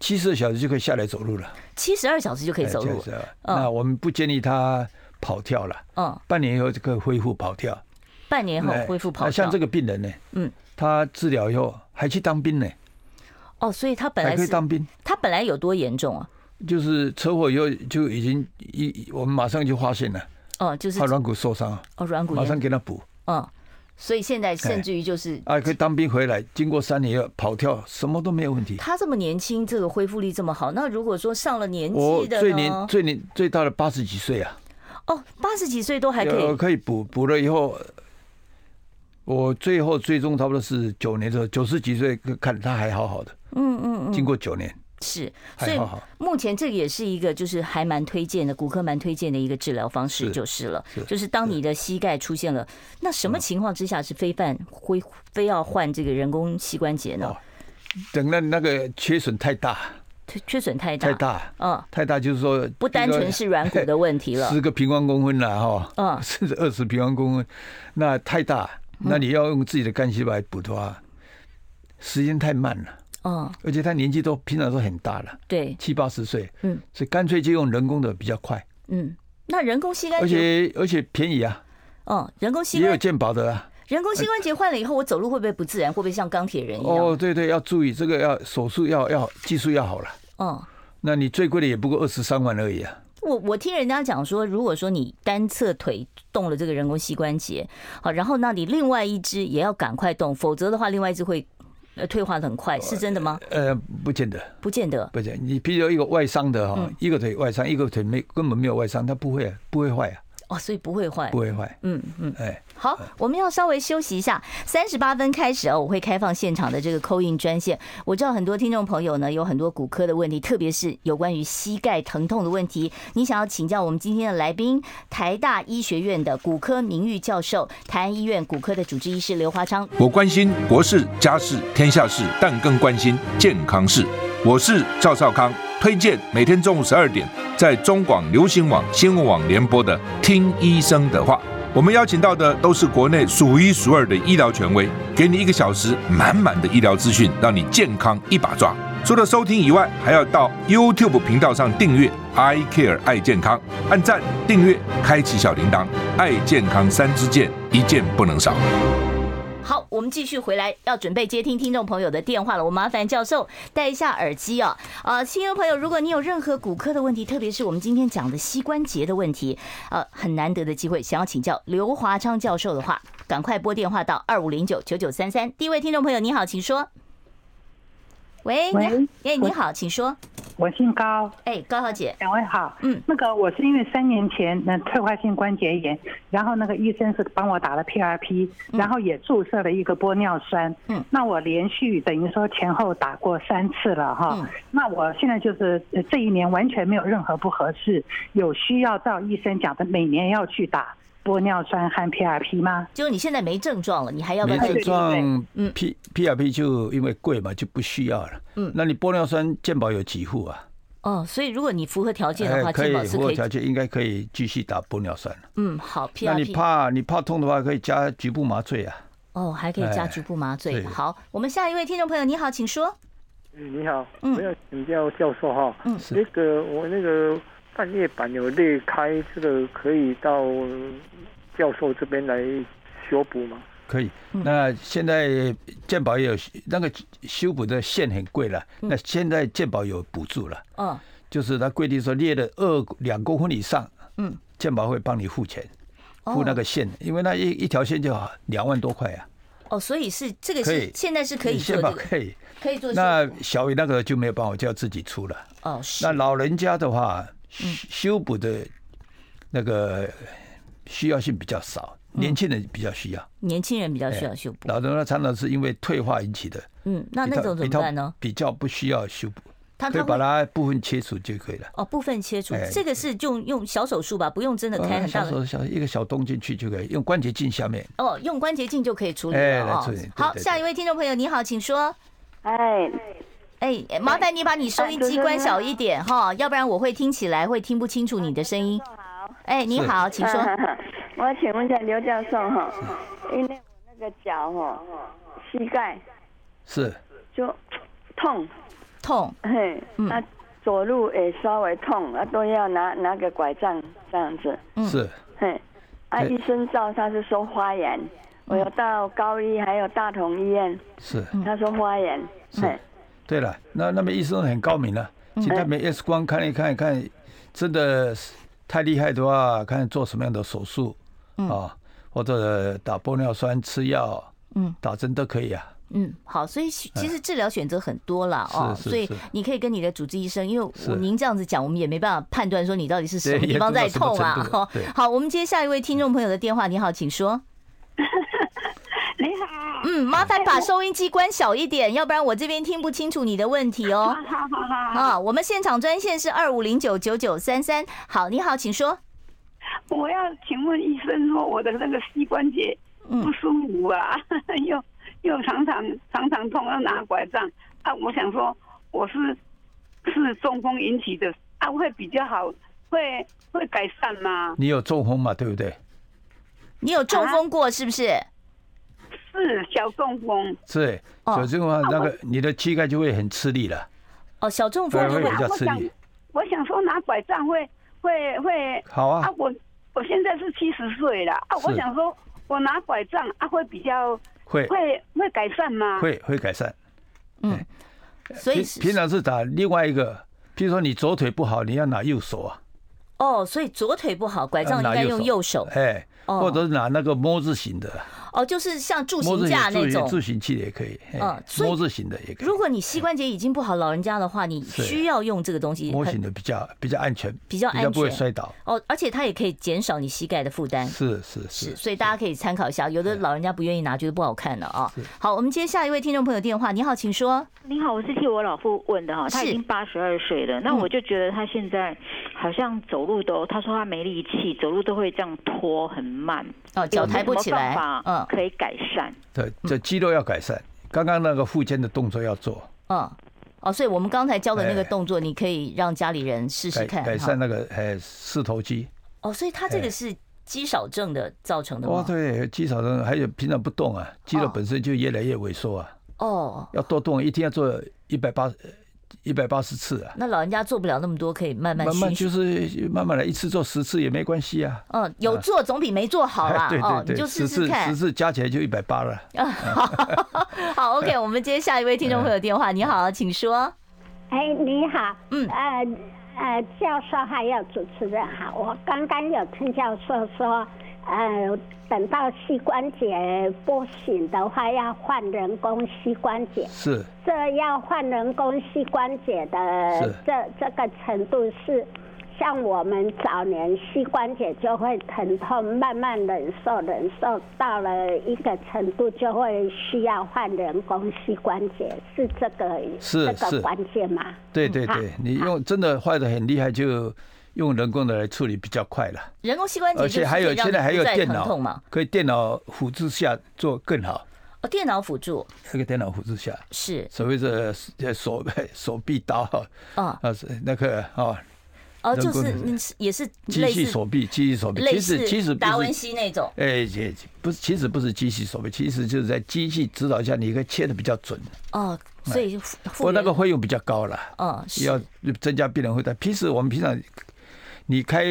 [SPEAKER 5] 七十小时就可以下来走路了，
[SPEAKER 4] 七十二小时就可以
[SPEAKER 5] 哎
[SPEAKER 4] 走
[SPEAKER 5] 这样
[SPEAKER 4] 路
[SPEAKER 5] 子
[SPEAKER 4] 了。
[SPEAKER 5] 啊
[SPEAKER 4] 嗯
[SPEAKER 5] 那我们不建议他跑跳了，
[SPEAKER 4] 嗯，
[SPEAKER 5] 半年以后就可以恢复跑跳。
[SPEAKER 4] 半年后
[SPEAKER 5] 哎
[SPEAKER 4] 恢复跑
[SPEAKER 5] 那
[SPEAKER 4] 道。
[SPEAKER 5] 像这个病人呢，
[SPEAKER 4] 嗯，
[SPEAKER 5] 他治疗以后还去当兵呢，
[SPEAKER 4] 哦，所以他本
[SPEAKER 5] 还
[SPEAKER 4] 来
[SPEAKER 5] 可以
[SPEAKER 4] 是
[SPEAKER 5] 当兵，
[SPEAKER 4] 他本来有多严重啊？
[SPEAKER 5] 就是车祸以后就已经一，我们马上就发现了
[SPEAKER 4] 哦，就是
[SPEAKER 5] 他软骨受伤啊，
[SPEAKER 4] 哦软骨
[SPEAKER 5] 马上
[SPEAKER 4] 炎。
[SPEAKER 5] 给他补。
[SPEAKER 4] 嗯，所以现在甚至于就是
[SPEAKER 5] 啊，可以当兵回来，经过三年以后跑跳什么都没有问题。
[SPEAKER 4] 他这么年轻，这个恢复力这么好，那如果说上了年
[SPEAKER 5] 我
[SPEAKER 4] 纪的
[SPEAKER 5] 最年
[SPEAKER 4] 呢？
[SPEAKER 5] 最年最大的八十几岁啊，
[SPEAKER 4] 哦，八十几岁都还可
[SPEAKER 5] 呃
[SPEAKER 4] 以。
[SPEAKER 5] 可以补补了以后，我最后最终差不多是九年之后，九十几岁看他还好好的，
[SPEAKER 4] 嗯嗯嗯，
[SPEAKER 5] 经过九年
[SPEAKER 4] 是，所
[SPEAKER 5] 还
[SPEAKER 4] 以
[SPEAKER 5] 哎好好。
[SPEAKER 4] 目前这个也是一个，就是还蛮推荐的，骨科蛮推荐的一个治疗方式
[SPEAKER 5] 是
[SPEAKER 4] 就是了。
[SPEAKER 5] 是嗯
[SPEAKER 4] 就是当你的膝盖出现了，那什么情况之下是非犯非非要换这个人工膝关节呢
[SPEAKER 5] 哦？等那那个缺损太大
[SPEAKER 4] 缺缺损太大，
[SPEAKER 5] 太，大
[SPEAKER 4] 嗯，
[SPEAKER 5] 太大，就是说
[SPEAKER 4] 不单纯是软骨的问题了
[SPEAKER 5] 十。个平方公分啦哈，
[SPEAKER 4] 嗯
[SPEAKER 5] 甚至二十平方公分，那太大，那你要用自己的干细胞来补的话，时间太慢了，
[SPEAKER 4] 嗯，
[SPEAKER 5] 而且他年纪都平常都很大了，
[SPEAKER 4] 对，
[SPEAKER 5] 七八十岁，
[SPEAKER 4] 嗯，
[SPEAKER 5] 所以干脆就用人工的比较快，
[SPEAKER 4] 嗯，那人工膝关
[SPEAKER 5] 而
[SPEAKER 4] 节，
[SPEAKER 5] 且而且便宜啊。
[SPEAKER 4] 嗯，人工膝
[SPEAKER 5] 也有
[SPEAKER 4] 关
[SPEAKER 5] 健保的啊。
[SPEAKER 4] 人工膝关节换了以后，我走路会不会不自然？会不会像钢铁人一
[SPEAKER 5] 哦，
[SPEAKER 4] 样？
[SPEAKER 5] 对对，要注意这个要手术要要技术要好了。
[SPEAKER 4] 嗯。
[SPEAKER 5] 那你最贵的也不过二十三万而已啊。
[SPEAKER 4] 我我听人家讲说，如果说你单侧腿动了这个人工膝关节，好，然后那你另外一只也要赶快动，否则的话，另外一只会呃退化的很快，是真的吗？
[SPEAKER 5] 呃，不见得，
[SPEAKER 4] 不见得。
[SPEAKER 5] 不见得。你比如一个外伤的哈、
[SPEAKER 4] 嗯
[SPEAKER 5] 一个腿外伤，一个腿没根本没有外伤，它不会啊，不会坏啊，
[SPEAKER 4] 哦，所以不会坏
[SPEAKER 5] 不。会坏。
[SPEAKER 4] 嗯嗯，
[SPEAKER 5] 哎，
[SPEAKER 4] 好，我们要稍微休息一下。三十八分开始哦，我会开放现场的这个扣印专线。我知道很多听众朋友呢有很多骨科的问题，特别是有关于膝盖疼痛的问题。你想要请教我们今天的来宾，台大医学院的骨科名誉教授、台安医院骨科的主治医师刘华昌
[SPEAKER 6] 我关心国事、家事、天下事，但更关心健康事。我是赵少康，推荐每天中午十二点在中广流行网、新闻网联播的《听医生的话》。我们邀请到的都是国内数一数二的医疗权威，给你一个小时满满的医疗资讯，让你健康一把抓。除了收听以外，还要到 YouTube 频道上订阅 “I Care 爱健康”，按赞、订阅、开启小铃铛，爱健康三支箭，一件不能少。
[SPEAKER 4] 好，我们继续回来，要准备接听听众朋友的电话了。我麻烦教授戴一下耳机哦。呃，新的朋友，如果你有任何骨科的问题，特别是我们今天讲的膝关节的问题，呃，很难得的机会，想要请教刘华昌教授的话，赶快拨电话到二五零九九九三三。第一位听众朋友，你好，请说。喂，你好
[SPEAKER 7] 喂，
[SPEAKER 4] 哎，你好，请说。
[SPEAKER 7] 我姓高，
[SPEAKER 4] 哎，高小姐，
[SPEAKER 7] 两位好。
[SPEAKER 4] 嗯
[SPEAKER 7] 那个我是因为三年前那退化性关节炎，然后那个医生是帮我打了 PRP，然后也注射了一个玻尿酸。
[SPEAKER 4] 嗯，
[SPEAKER 7] 那我连续等于说前后打过三次了哈。
[SPEAKER 4] 嗯
[SPEAKER 7] 那我现在就是呃这一年完全没有任何不合适，有需要照医生讲的每年要去打玻尿酸和 PRP 吗？
[SPEAKER 4] 就是你现在没症状了，你还要不
[SPEAKER 5] 没
[SPEAKER 4] 要再
[SPEAKER 5] 症
[SPEAKER 7] 对
[SPEAKER 5] 状
[SPEAKER 4] 嗯
[SPEAKER 5] P P R P 就因为贵嘛，就不需要了。
[SPEAKER 4] 嗯
[SPEAKER 5] 那你玻尿酸健保有几户啊？
[SPEAKER 4] 哦，所以如果你符合条件的话，
[SPEAKER 5] 哎可
[SPEAKER 4] 健
[SPEAKER 5] 以
[SPEAKER 4] 保是
[SPEAKER 5] 符
[SPEAKER 4] 可
[SPEAKER 5] 合
[SPEAKER 4] 以
[SPEAKER 5] 条。件，应该可以继续打玻尿酸了。
[SPEAKER 4] 嗯，好
[SPEAKER 5] 那你
[SPEAKER 4] ，PRP。
[SPEAKER 5] 怕你怕痛的话，可以加局部麻醉啊。
[SPEAKER 4] 哦，还可以加
[SPEAKER 5] 哎
[SPEAKER 4] 局部麻醉。
[SPEAKER 5] 对
[SPEAKER 4] 好，我们下一位听众朋友，你好，请说。
[SPEAKER 8] 嗯，你好，
[SPEAKER 4] 嗯
[SPEAKER 8] 我要请教教授哈，
[SPEAKER 4] 嗯
[SPEAKER 5] 是
[SPEAKER 8] 那个我那个半月板有裂开，这个可以到教授这边来修补吗？
[SPEAKER 5] 可以，
[SPEAKER 4] 嗯
[SPEAKER 5] 那现在健保也有那个修补的线很贵了，那现在健保有补助了，
[SPEAKER 4] 嗯，
[SPEAKER 5] 就是它规定说裂了二两公分以上，
[SPEAKER 4] 嗯，
[SPEAKER 5] 健保会帮你付钱，
[SPEAKER 4] 哦
[SPEAKER 5] 付那个线，因为那一一条线就好两万多块啊，
[SPEAKER 4] 哦，所以是这个
[SPEAKER 5] 可
[SPEAKER 4] 是
[SPEAKER 5] 以
[SPEAKER 4] 现在是可以做
[SPEAKER 5] 健
[SPEAKER 4] 这
[SPEAKER 5] 保
[SPEAKER 4] 个，
[SPEAKER 5] 可以。
[SPEAKER 4] 可以做这
[SPEAKER 5] 那
[SPEAKER 4] 个
[SPEAKER 5] 小雨那个就没有办法，就要自己出了。
[SPEAKER 4] 哦是
[SPEAKER 5] 那老人家的话，修修补的那个需要性比较少，
[SPEAKER 4] 嗯
[SPEAKER 5] 年轻人比较需要。
[SPEAKER 4] 年轻人比较需要修补。
[SPEAKER 5] 老人家常常是因为退化引起的，
[SPEAKER 4] 嗯，那那
[SPEAKER 5] 比较
[SPEAKER 4] 种怎么
[SPEAKER 5] 比较
[SPEAKER 4] 办呢？
[SPEAKER 5] 比较不需要修补，
[SPEAKER 4] 他
[SPEAKER 5] 可以
[SPEAKER 4] 他
[SPEAKER 5] 把
[SPEAKER 4] 会
[SPEAKER 5] 它部分切除就可以了。
[SPEAKER 4] 哦部分切除
[SPEAKER 5] 哎，
[SPEAKER 4] 这个是用用小手术吧，不用真的开
[SPEAKER 5] 呃
[SPEAKER 4] 很大
[SPEAKER 5] 小
[SPEAKER 4] 的。
[SPEAKER 5] 手小一个小洞进去就可以，用关节镜下面。
[SPEAKER 4] 哦，用关节镜就可以处理
[SPEAKER 5] 哎
[SPEAKER 4] 了
[SPEAKER 5] 来
[SPEAKER 4] 哦
[SPEAKER 5] 处理对。
[SPEAKER 4] 好，
[SPEAKER 5] 对
[SPEAKER 4] 下
[SPEAKER 5] 对
[SPEAKER 4] 一位听众朋友，你好，请说。
[SPEAKER 9] 哎，
[SPEAKER 4] 哎，麻烦你把你收音机关小一点哈，要不然我会听起来会听不清楚你的声音。
[SPEAKER 9] 好，
[SPEAKER 4] 哎，你
[SPEAKER 5] 是
[SPEAKER 4] 好，请说。
[SPEAKER 9] 啊我请问一下刘教授哈，因为我那个脚哈，膝盖
[SPEAKER 5] 是
[SPEAKER 9] 就痛，
[SPEAKER 4] 痛，
[SPEAKER 9] 嘿，
[SPEAKER 4] 嗯
[SPEAKER 9] 那、走路也稍微痛，啊，都要拿拿个拐杖这样子，
[SPEAKER 4] 嗯
[SPEAKER 5] 是，
[SPEAKER 9] 嘿，啊，
[SPEAKER 5] 对
[SPEAKER 9] 医生照他是说花炎，
[SPEAKER 4] 嗯
[SPEAKER 9] 我有到高一还有大同医院，
[SPEAKER 5] 是，
[SPEAKER 4] 嗯
[SPEAKER 9] 他说花炎，
[SPEAKER 5] 是
[SPEAKER 9] 嘿，
[SPEAKER 5] 对了，那那么医生很高明了、
[SPEAKER 4] 嗯
[SPEAKER 5] 请他们 X 光看一看，看真的是太厉害的话，看做什么样的手术啊，或者打玻尿酸、吃药、
[SPEAKER 4] 嗯
[SPEAKER 5] 打针都可以啊。
[SPEAKER 4] 嗯，好，所以其其实治疗选择很多啦，哦，
[SPEAKER 5] 哎是是
[SPEAKER 4] 所以
[SPEAKER 5] 是
[SPEAKER 4] 你可以跟你的主治医生，因为
[SPEAKER 5] 是
[SPEAKER 4] 我您这样子讲，我们也没办法判断说你到底是什么
[SPEAKER 5] 对
[SPEAKER 4] 地方在痛
[SPEAKER 5] 也
[SPEAKER 4] 啊
[SPEAKER 5] 不知道什么程。度
[SPEAKER 4] 哦
[SPEAKER 5] 对
[SPEAKER 4] 好，我们接下一位听众朋友的电话，你好，请说。
[SPEAKER 9] 你好，
[SPEAKER 4] 嗯，麻烦把收音机关小一点，要不然我这边听不清楚你的问题哦。
[SPEAKER 9] 好好好，
[SPEAKER 4] 啊，我们现场专线是二五零九九九三三。好，你好，请说。
[SPEAKER 9] 我要请问医生说我的那个膝关节不舒服啊， 又又常常常常痛，要拿拐杖啊。我想说我是是中风引起的啊，会比较好，会会改善吗？
[SPEAKER 5] 你有中风嘛？对不对？
[SPEAKER 4] 你有中风过是不是？
[SPEAKER 9] 是小中风，
[SPEAKER 5] 是，
[SPEAKER 4] 哦
[SPEAKER 5] 有这种话，那个你的膝盖就会很吃力了，
[SPEAKER 4] 哦，小中
[SPEAKER 5] 对，
[SPEAKER 4] 风
[SPEAKER 5] 会
[SPEAKER 4] 就
[SPEAKER 5] 比
[SPEAKER 4] 会
[SPEAKER 5] 较
[SPEAKER 9] 我
[SPEAKER 5] 吃
[SPEAKER 9] 想
[SPEAKER 5] 力。
[SPEAKER 9] 我想说拿拐杖会会会
[SPEAKER 5] 好啊
[SPEAKER 9] 啊，，我我现在是七十岁了啊，
[SPEAKER 5] 是
[SPEAKER 9] 我想说我拿拐杖啊会比较
[SPEAKER 5] 会
[SPEAKER 9] 会啊会改善吗？
[SPEAKER 5] 会会改善。
[SPEAKER 4] 所以
[SPEAKER 5] 平
[SPEAKER 4] 是
[SPEAKER 5] 平常是打另外一个，譬如说你左腿不好，你要拿右手啊，
[SPEAKER 4] 哦，所以左腿不好，拐杖应
[SPEAKER 5] 要拿
[SPEAKER 4] 该用右手。
[SPEAKER 5] 哎，
[SPEAKER 4] 哦
[SPEAKER 5] 或者是拿那个摸字型的，
[SPEAKER 4] 哦，就是像助
[SPEAKER 5] 摸
[SPEAKER 4] 行
[SPEAKER 5] 字
[SPEAKER 4] 架
[SPEAKER 5] 型
[SPEAKER 4] 那
[SPEAKER 5] 助行
[SPEAKER 4] 种。
[SPEAKER 5] 助行器的也可以，哎
[SPEAKER 4] 嗯所以
[SPEAKER 5] 摸字型的也可以
[SPEAKER 4] 如，果你膝关节已经不好，老人家的话，你
[SPEAKER 5] 是
[SPEAKER 4] 需要用这个东西，
[SPEAKER 5] 摸
[SPEAKER 4] 很
[SPEAKER 5] 型的比较比较安全，
[SPEAKER 4] 比较安全
[SPEAKER 5] 不会摔倒。
[SPEAKER 4] 哦，而且它也可以减少你膝盖的负担。
[SPEAKER 5] 是是
[SPEAKER 4] 是，
[SPEAKER 5] 是，
[SPEAKER 4] 所以大家可以参考一下，有的老人家不愿意拿，觉得不好看了啊。好，我们接下一位听众朋友电话，你好，请说。
[SPEAKER 10] 你好，我是替我老父问的哈，他
[SPEAKER 4] 是
[SPEAKER 10] 已经八十二岁了，那
[SPEAKER 4] 嗯
[SPEAKER 10] 我就觉得他现在好像走路都，他说他没力气，走路都会这样拖，很慢，
[SPEAKER 4] 哦，脚抬不起
[SPEAKER 10] 有
[SPEAKER 4] 来
[SPEAKER 10] 没有，办
[SPEAKER 4] 嗯
[SPEAKER 10] 法可以改善。
[SPEAKER 5] 对，这肌肉要改善，刚刚那个复健的动作要做，
[SPEAKER 4] 嗯，哦，所以我们刚才教的那个
[SPEAKER 5] 哎
[SPEAKER 4] 动作，你可以让家里人试试
[SPEAKER 5] 改
[SPEAKER 4] 看。
[SPEAKER 5] 改
[SPEAKER 4] 哈
[SPEAKER 5] 善那个哎四头肌。
[SPEAKER 4] 哦，所以他这个
[SPEAKER 5] 哎
[SPEAKER 4] 是肌少症的造成的
[SPEAKER 5] 哦，
[SPEAKER 4] 吗？
[SPEAKER 5] 对，肌少症还有平常不动啊，肌肉
[SPEAKER 4] 哦
[SPEAKER 5] 本身就越来越萎缩啊，
[SPEAKER 4] 哦，
[SPEAKER 5] 要多动，一天要做一百八一百八十次啊，
[SPEAKER 4] 那老人家做不了那么多，可以慢慢
[SPEAKER 5] 慢慢
[SPEAKER 4] 循序
[SPEAKER 5] 就是慢慢来，一次做十次也没关系啊。
[SPEAKER 4] 嗯，有做总比没做好啦。
[SPEAKER 5] 哎对
[SPEAKER 4] 哦，你
[SPEAKER 5] 对对，
[SPEAKER 4] 就试
[SPEAKER 5] 十
[SPEAKER 4] 试
[SPEAKER 5] 次
[SPEAKER 4] 看
[SPEAKER 5] 十。次加起来就一百八了。
[SPEAKER 4] 啊，好 好，OK，我们接下一位听众朋友电
[SPEAKER 5] 嗯
[SPEAKER 4] 话。你好，请说。
[SPEAKER 11] 哎，你好，嗯，呃呃，教授还有主持人好，我刚刚有听教授说，呃，等到膝关节不行的话，要换人工膝关节。
[SPEAKER 5] 是
[SPEAKER 11] 这要换人工膝关节的
[SPEAKER 4] 呃
[SPEAKER 5] 是
[SPEAKER 11] 这这个程度是，像我们早年膝关节就会疼痛，慢慢忍受，忍受到了一个程度就会需要换人工膝关节，是这个
[SPEAKER 5] 是
[SPEAKER 11] 这
[SPEAKER 5] 是
[SPEAKER 11] 个关键吗？
[SPEAKER 5] 对对
[SPEAKER 11] 好
[SPEAKER 5] 对，你用真的坏的很厉害，就用人工的来处理比较快了。
[SPEAKER 4] 人工膝关节
[SPEAKER 5] 而
[SPEAKER 4] 就是
[SPEAKER 5] 且还
[SPEAKER 4] 可
[SPEAKER 5] 有
[SPEAKER 4] 以让
[SPEAKER 5] 现在
[SPEAKER 4] 你
[SPEAKER 5] 还
[SPEAKER 4] 不
[SPEAKER 5] 有
[SPEAKER 4] 再
[SPEAKER 5] 电
[SPEAKER 4] 疼痛嘛
[SPEAKER 5] 脑，可以电脑辅助下做更好。
[SPEAKER 4] 哦，电脑辅助
[SPEAKER 5] 那个电脑辅助下
[SPEAKER 4] 是
[SPEAKER 5] 所谓的呃手 手臂刀
[SPEAKER 4] 啊
[SPEAKER 5] 啊，是那个啊，
[SPEAKER 4] 哦，就
[SPEAKER 5] 人
[SPEAKER 4] 是
[SPEAKER 5] 工的
[SPEAKER 4] 嗯是也是
[SPEAKER 5] 机
[SPEAKER 4] 类
[SPEAKER 5] 器
[SPEAKER 4] 似
[SPEAKER 5] 手臂，机器手臂，
[SPEAKER 4] 类
[SPEAKER 5] 其实其
[SPEAKER 4] 似
[SPEAKER 5] 实不
[SPEAKER 4] 达文
[SPEAKER 5] 是，
[SPEAKER 4] 西那种。
[SPEAKER 5] 哎，也不是，其实不是机器手臂，其实就是在机器指导下，你可以切的比较准。
[SPEAKER 4] 哦，所以复
[SPEAKER 5] 我
[SPEAKER 4] 复
[SPEAKER 5] 哎那
[SPEAKER 4] 原
[SPEAKER 5] 个费用比较高了，
[SPEAKER 4] 嗯是
[SPEAKER 5] 要增加病人负担。平时我们平常你开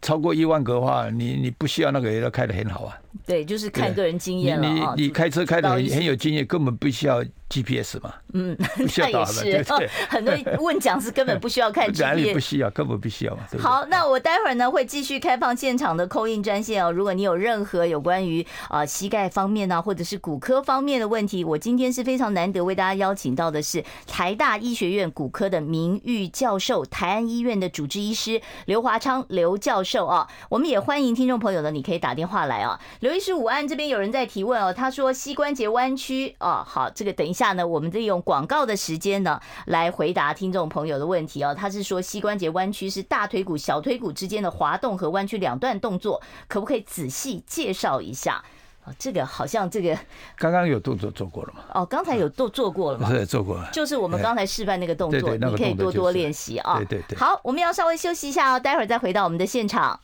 [SPEAKER 5] 超过一万个的话，你你不需要那个也要开的很好啊。
[SPEAKER 4] 对，就是看
[SPEAKER 5] 对
[SPEAKER 4] 个人经验了
[SPEAKER 5] 你
[SPEAKER 4] 啊。
[SPEAKER 5] 你你
[SPEAKER 4] 就
[SPEAKER 5] 开车开的
[SPEAKER 4] 不好意
[SPEAKER 5] 很
[SPEAKER 4] 思
[SPEAKER 5] 很有经验，根本不需要 GPS 嘛。
[SPEAKER 4] 嗯，
[SPEAKER 5] 不需要
[SPEAKER 4] 那
[SPEAKER 5] 打
[SPEAKER 4] 也是
[SPEAKER 5] 了对不对
[SPEAKER 4] 很多问讲师根本不需要看
[SPEAKER 5] 哪里
[SPEAKER 4] GPS
[SPEAKER 5] 不。需要，根本不需要嘛。对不对
[SPEAKER 4] 好，那我待会儿呢会继续开放现场的扣印专线哦。如果你有任何有关于啊、呃膝盖方面呢、或者是骨科方面的问题，我今天是非常难得为大家邀请到的是台大医学院骨科的名誉教授、台安医院的主治医师刘华昌刘教授啊。我们也欢迎听众朋友呢，你可以打电话来啊。刘医师午安，这边有人在提问哦，他说膝关节弯曲哦，好，这个等一下呢，我们利用广告的时间呢来回答听众朋友的问题哦。他是说膝关节弯曲是大腿骨、小腿骨之间的滑动和弯曲两段动作，可不可以仔细介绍一下？哦，这个好像这个
[SPEAKER 5] 刚刚有动作做过了嘛？
[SPEAKER 4] 哦，刚才有都做过了 嘛？
[SPEAKER 5] 是做过了。
[SPEAKER 4] 就是我们刚才示范那个动
[SPEAKER 5] 对
[SPEAKER 4] 作，
[SPEAKER 5] 对那
[SPEAKER 4] 你
[SPEAKER 5] 个
[SPEAKER 4] 可以
[SPEAKER 5] 动作
[SPEAKER 4] 多
[SPEAKER 5] 就是
[SPEAKER 4] 多练习啊。
[SPEAKER 5] 对对对
[SPEAKER 4] 好，我们要稍微休息一下哦，待会儿再回到我们的现场。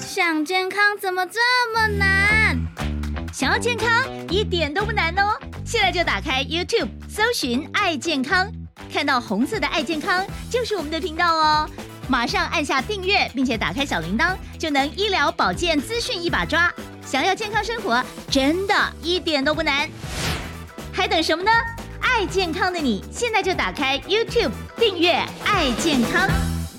[SPEAKER 12] 想健康怎么这么难？想要健康一点都不难哦！现在就打开 YouTube 搜寻“爱健康”，看到红色的“爱健康”就是我们的频道哦。马上按下订阅，并且打开小铃铛，就能医疗保健资讯一把抓。想要健康生活，真的一点都不难，还等什么呢？爱健康的你，现在就打开 YouTube 订阅“爱健康”。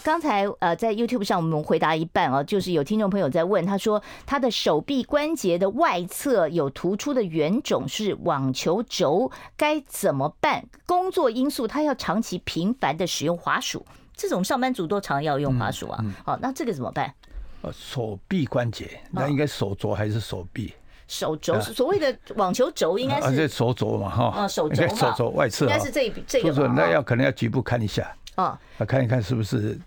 [SPEAKER 4] 刚才呃，在 YouTube 上我们回答一半啊，就是有听众朋友在问，他说他的手臂关节的外侧有突出的圆肿，是网球轴，该怎么办？工作因素，他要长期频繁的使用滑鼠，这种上班族都常要用滑鼠
[SPEAKER 5] 嗯
[SPEAKER 4] 啊。好、那这个怎么办？
[SPEAKER 5] 呃，手臂关节，那
[SPEAKER 4] 哦
[SPEAKER 5] 应该手肘还是手臂？
[SPEAKER 4] 手肘、
[SPEAKER 5] 啊
[SPEAKER 4] 所谓的网球轴应该
[SPEAKER 5] 啊，这
[SPEAKER 4] 是
[SPEAKER 5] 手肘嘛，哈，
[SPEAKER 4] 啊手
[SPEAKER 5] 应
[SPEAKER 4] 肘
[SPEAKER 5] 该
[SPEAKER 4] 吧
[SPEAKER 5] 手肘外侧
[SPEAKER 4] 应
[SPEAKER 5] 啊，
[SPEAKER 4] 该是这一这个
[SPEAKER 5] 手肘
[SPEAKER 4] 吧
[SPEAKER 5] 那要可能要局部看一下，
[SPEAKER 4] 啊
[SPEAKER 5] 啊，看一看是不是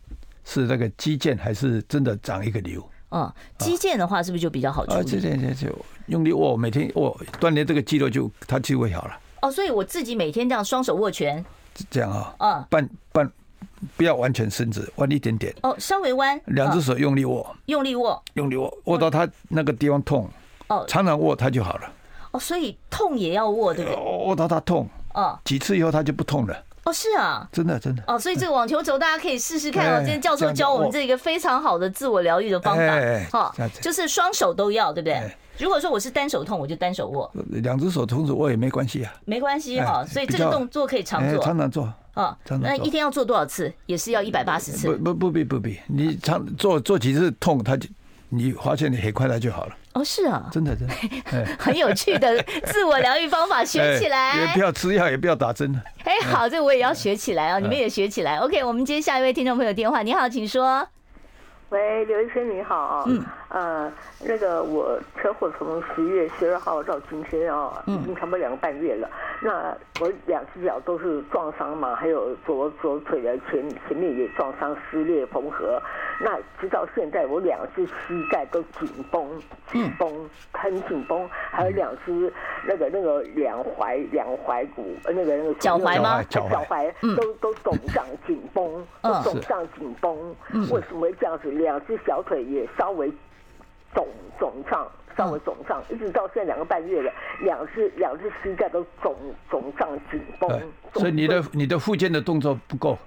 [SPEAKER 5] 是那个肌腱还是真的长一个瘤
[SPEAKER 4] 嗯，肌腱的话是不是就比较好处
[SPEAKER 5] 啊？这
[SPEAKER 4] 理？
[SPEAKER 5] 这这就用力握，每天握，锻炼这个肌肉就它就会好了，
[SPEAKER 4] 哦，所以我自己每天这样双手握拳，
[SPEAKER 5] 这样啊，
[SPEAKER 4] 嗯，
[SPEAKER 5] 半半不要完全伸直，弯一点点，
[SPEAKER 4] 哦，稍微弯，
[SPEAKER 5] 两只
[SPEAKER 4] 嗯
[SPEAKER 5] 手用力握，
[SPEAKER 4] 用力握，
[SPEAKER 5] 用力握，握到它那个地方痛，
[SPEAKER 4] 哦
[SPEAKER 5] 常常握它就好了，
[SPEAKER 4] 哦，所以痛也要握，对不对？
[SPEAKER 5] 握到它痛，
[SPEAKER 4] 哦
[SPEAKER 5] 几次以后它就不痛了，
[SPEAKER 4] 哦，是啊，
[SPEAKER 5] 真的真的。
[SPEAKER 4] 哦，所以这个网球轴大家可以试试看哦。
[SPEAKER 5] 哎
[SPEAKER 4] 今天教授教我们这个非常好的自我疗愈的方
[SPEAKER 5] 哎哎哎
[SPEAKER 4] 法，哈
[SPEAKER 5] 这样，子哎
[SPEAKER 4] 就是双手都要，对不对？如果说我是单手痛，我就单手握，
[SPEAKER 5] 两只手同时握也没关系啊，
[SPEAKER 4] 没关系哈。
[SPEAKER 5] 哎
[SPEAKER 4] 所以
[SPEAKER 5] 比
[SPEAKER 4] 这个
[SPEAKER 5] 较
[SPEAKER 4] 动作可以常
[SPEAKER 5] 哎
[SPEAKER 4] 做，
[SPEAKER 5] 常常做，
[SPEAKER 4] 啊。
[SPEAKER 5] 常常
[SPEAKER 4] 那
[SPEAKER 5] 做
[SPEAKER 4] 一天要做多少次？也是要一百八十
[SPEAKER 5] 不
[SPEAKER 4] 次
[SPEAKER 5] 不不必不必，你常做做几次痛，它就你发现你很快它就好了，
[SPEAKER 4] 哦，是啊，
[SPEAKER 5] 真的真的，哎
[SPEAKER 4] 很有趣 的自我疗愈方法， 学起
[SPEAKER 5] 哎也不
[SPEAKER 4] 来。
[SPEAKER 5] 要哎吃药，也不要打针了。
[SPEAKER 4] 哎，好，这个我也要学起来哦，你们也学起来。OK，我们接下一位听众朋友电话，你好，请说。
[SPEAKER 13] 喂，刘医生你好啊。
[SPEAKER 4] 嗯。
[SPEAKER 13] 呃，那个我车祸从十月十二号到今天啊，
[SPEAKER 4] 嗯
[SPEAKER 13] 已经差不多两个半月了。那我两只脚都是撞伤嘛，还有左左腿的前前面也撞伤，撕裂缝合。那直到现在，我两只膝盖都紧绷，紧
[SPEAKER 4] 嗯
[SPEAKER 13] 绷，很紧绷，还有两只那个那个两踝两踝骨呃那个那个
[SPEAKER 4] 脚踝
[SPEAKER 5] 哎
[SPEAKER 4] 吗
[SPEAKER 13] 脚
[SPEAKER 4] 脚踝
[SPEAKER 13] 踝
[SPEAKER 1] 嗯
[SPEAKER 13] 都都肿胀紧绷，都
[SPEAKER 4] 嗯
[SPEAKER 13] 肿
[SPEAKER 4] 是
[SPEAKER 13] 胀紧绷
[SPEAKER 4] 嗯。
[SPEAKER 13] 为什么会这样子？两只小腿也稍微肿肿胀，稍微肿胀，
[SPEAKER 1] 嗯
[SPEAKER 13] 一直到现在两个半月了，两只两只膝盖都肿肿胀紧绷。
[SPEAKER 5] 哎，所以你的你的复健的动作不够，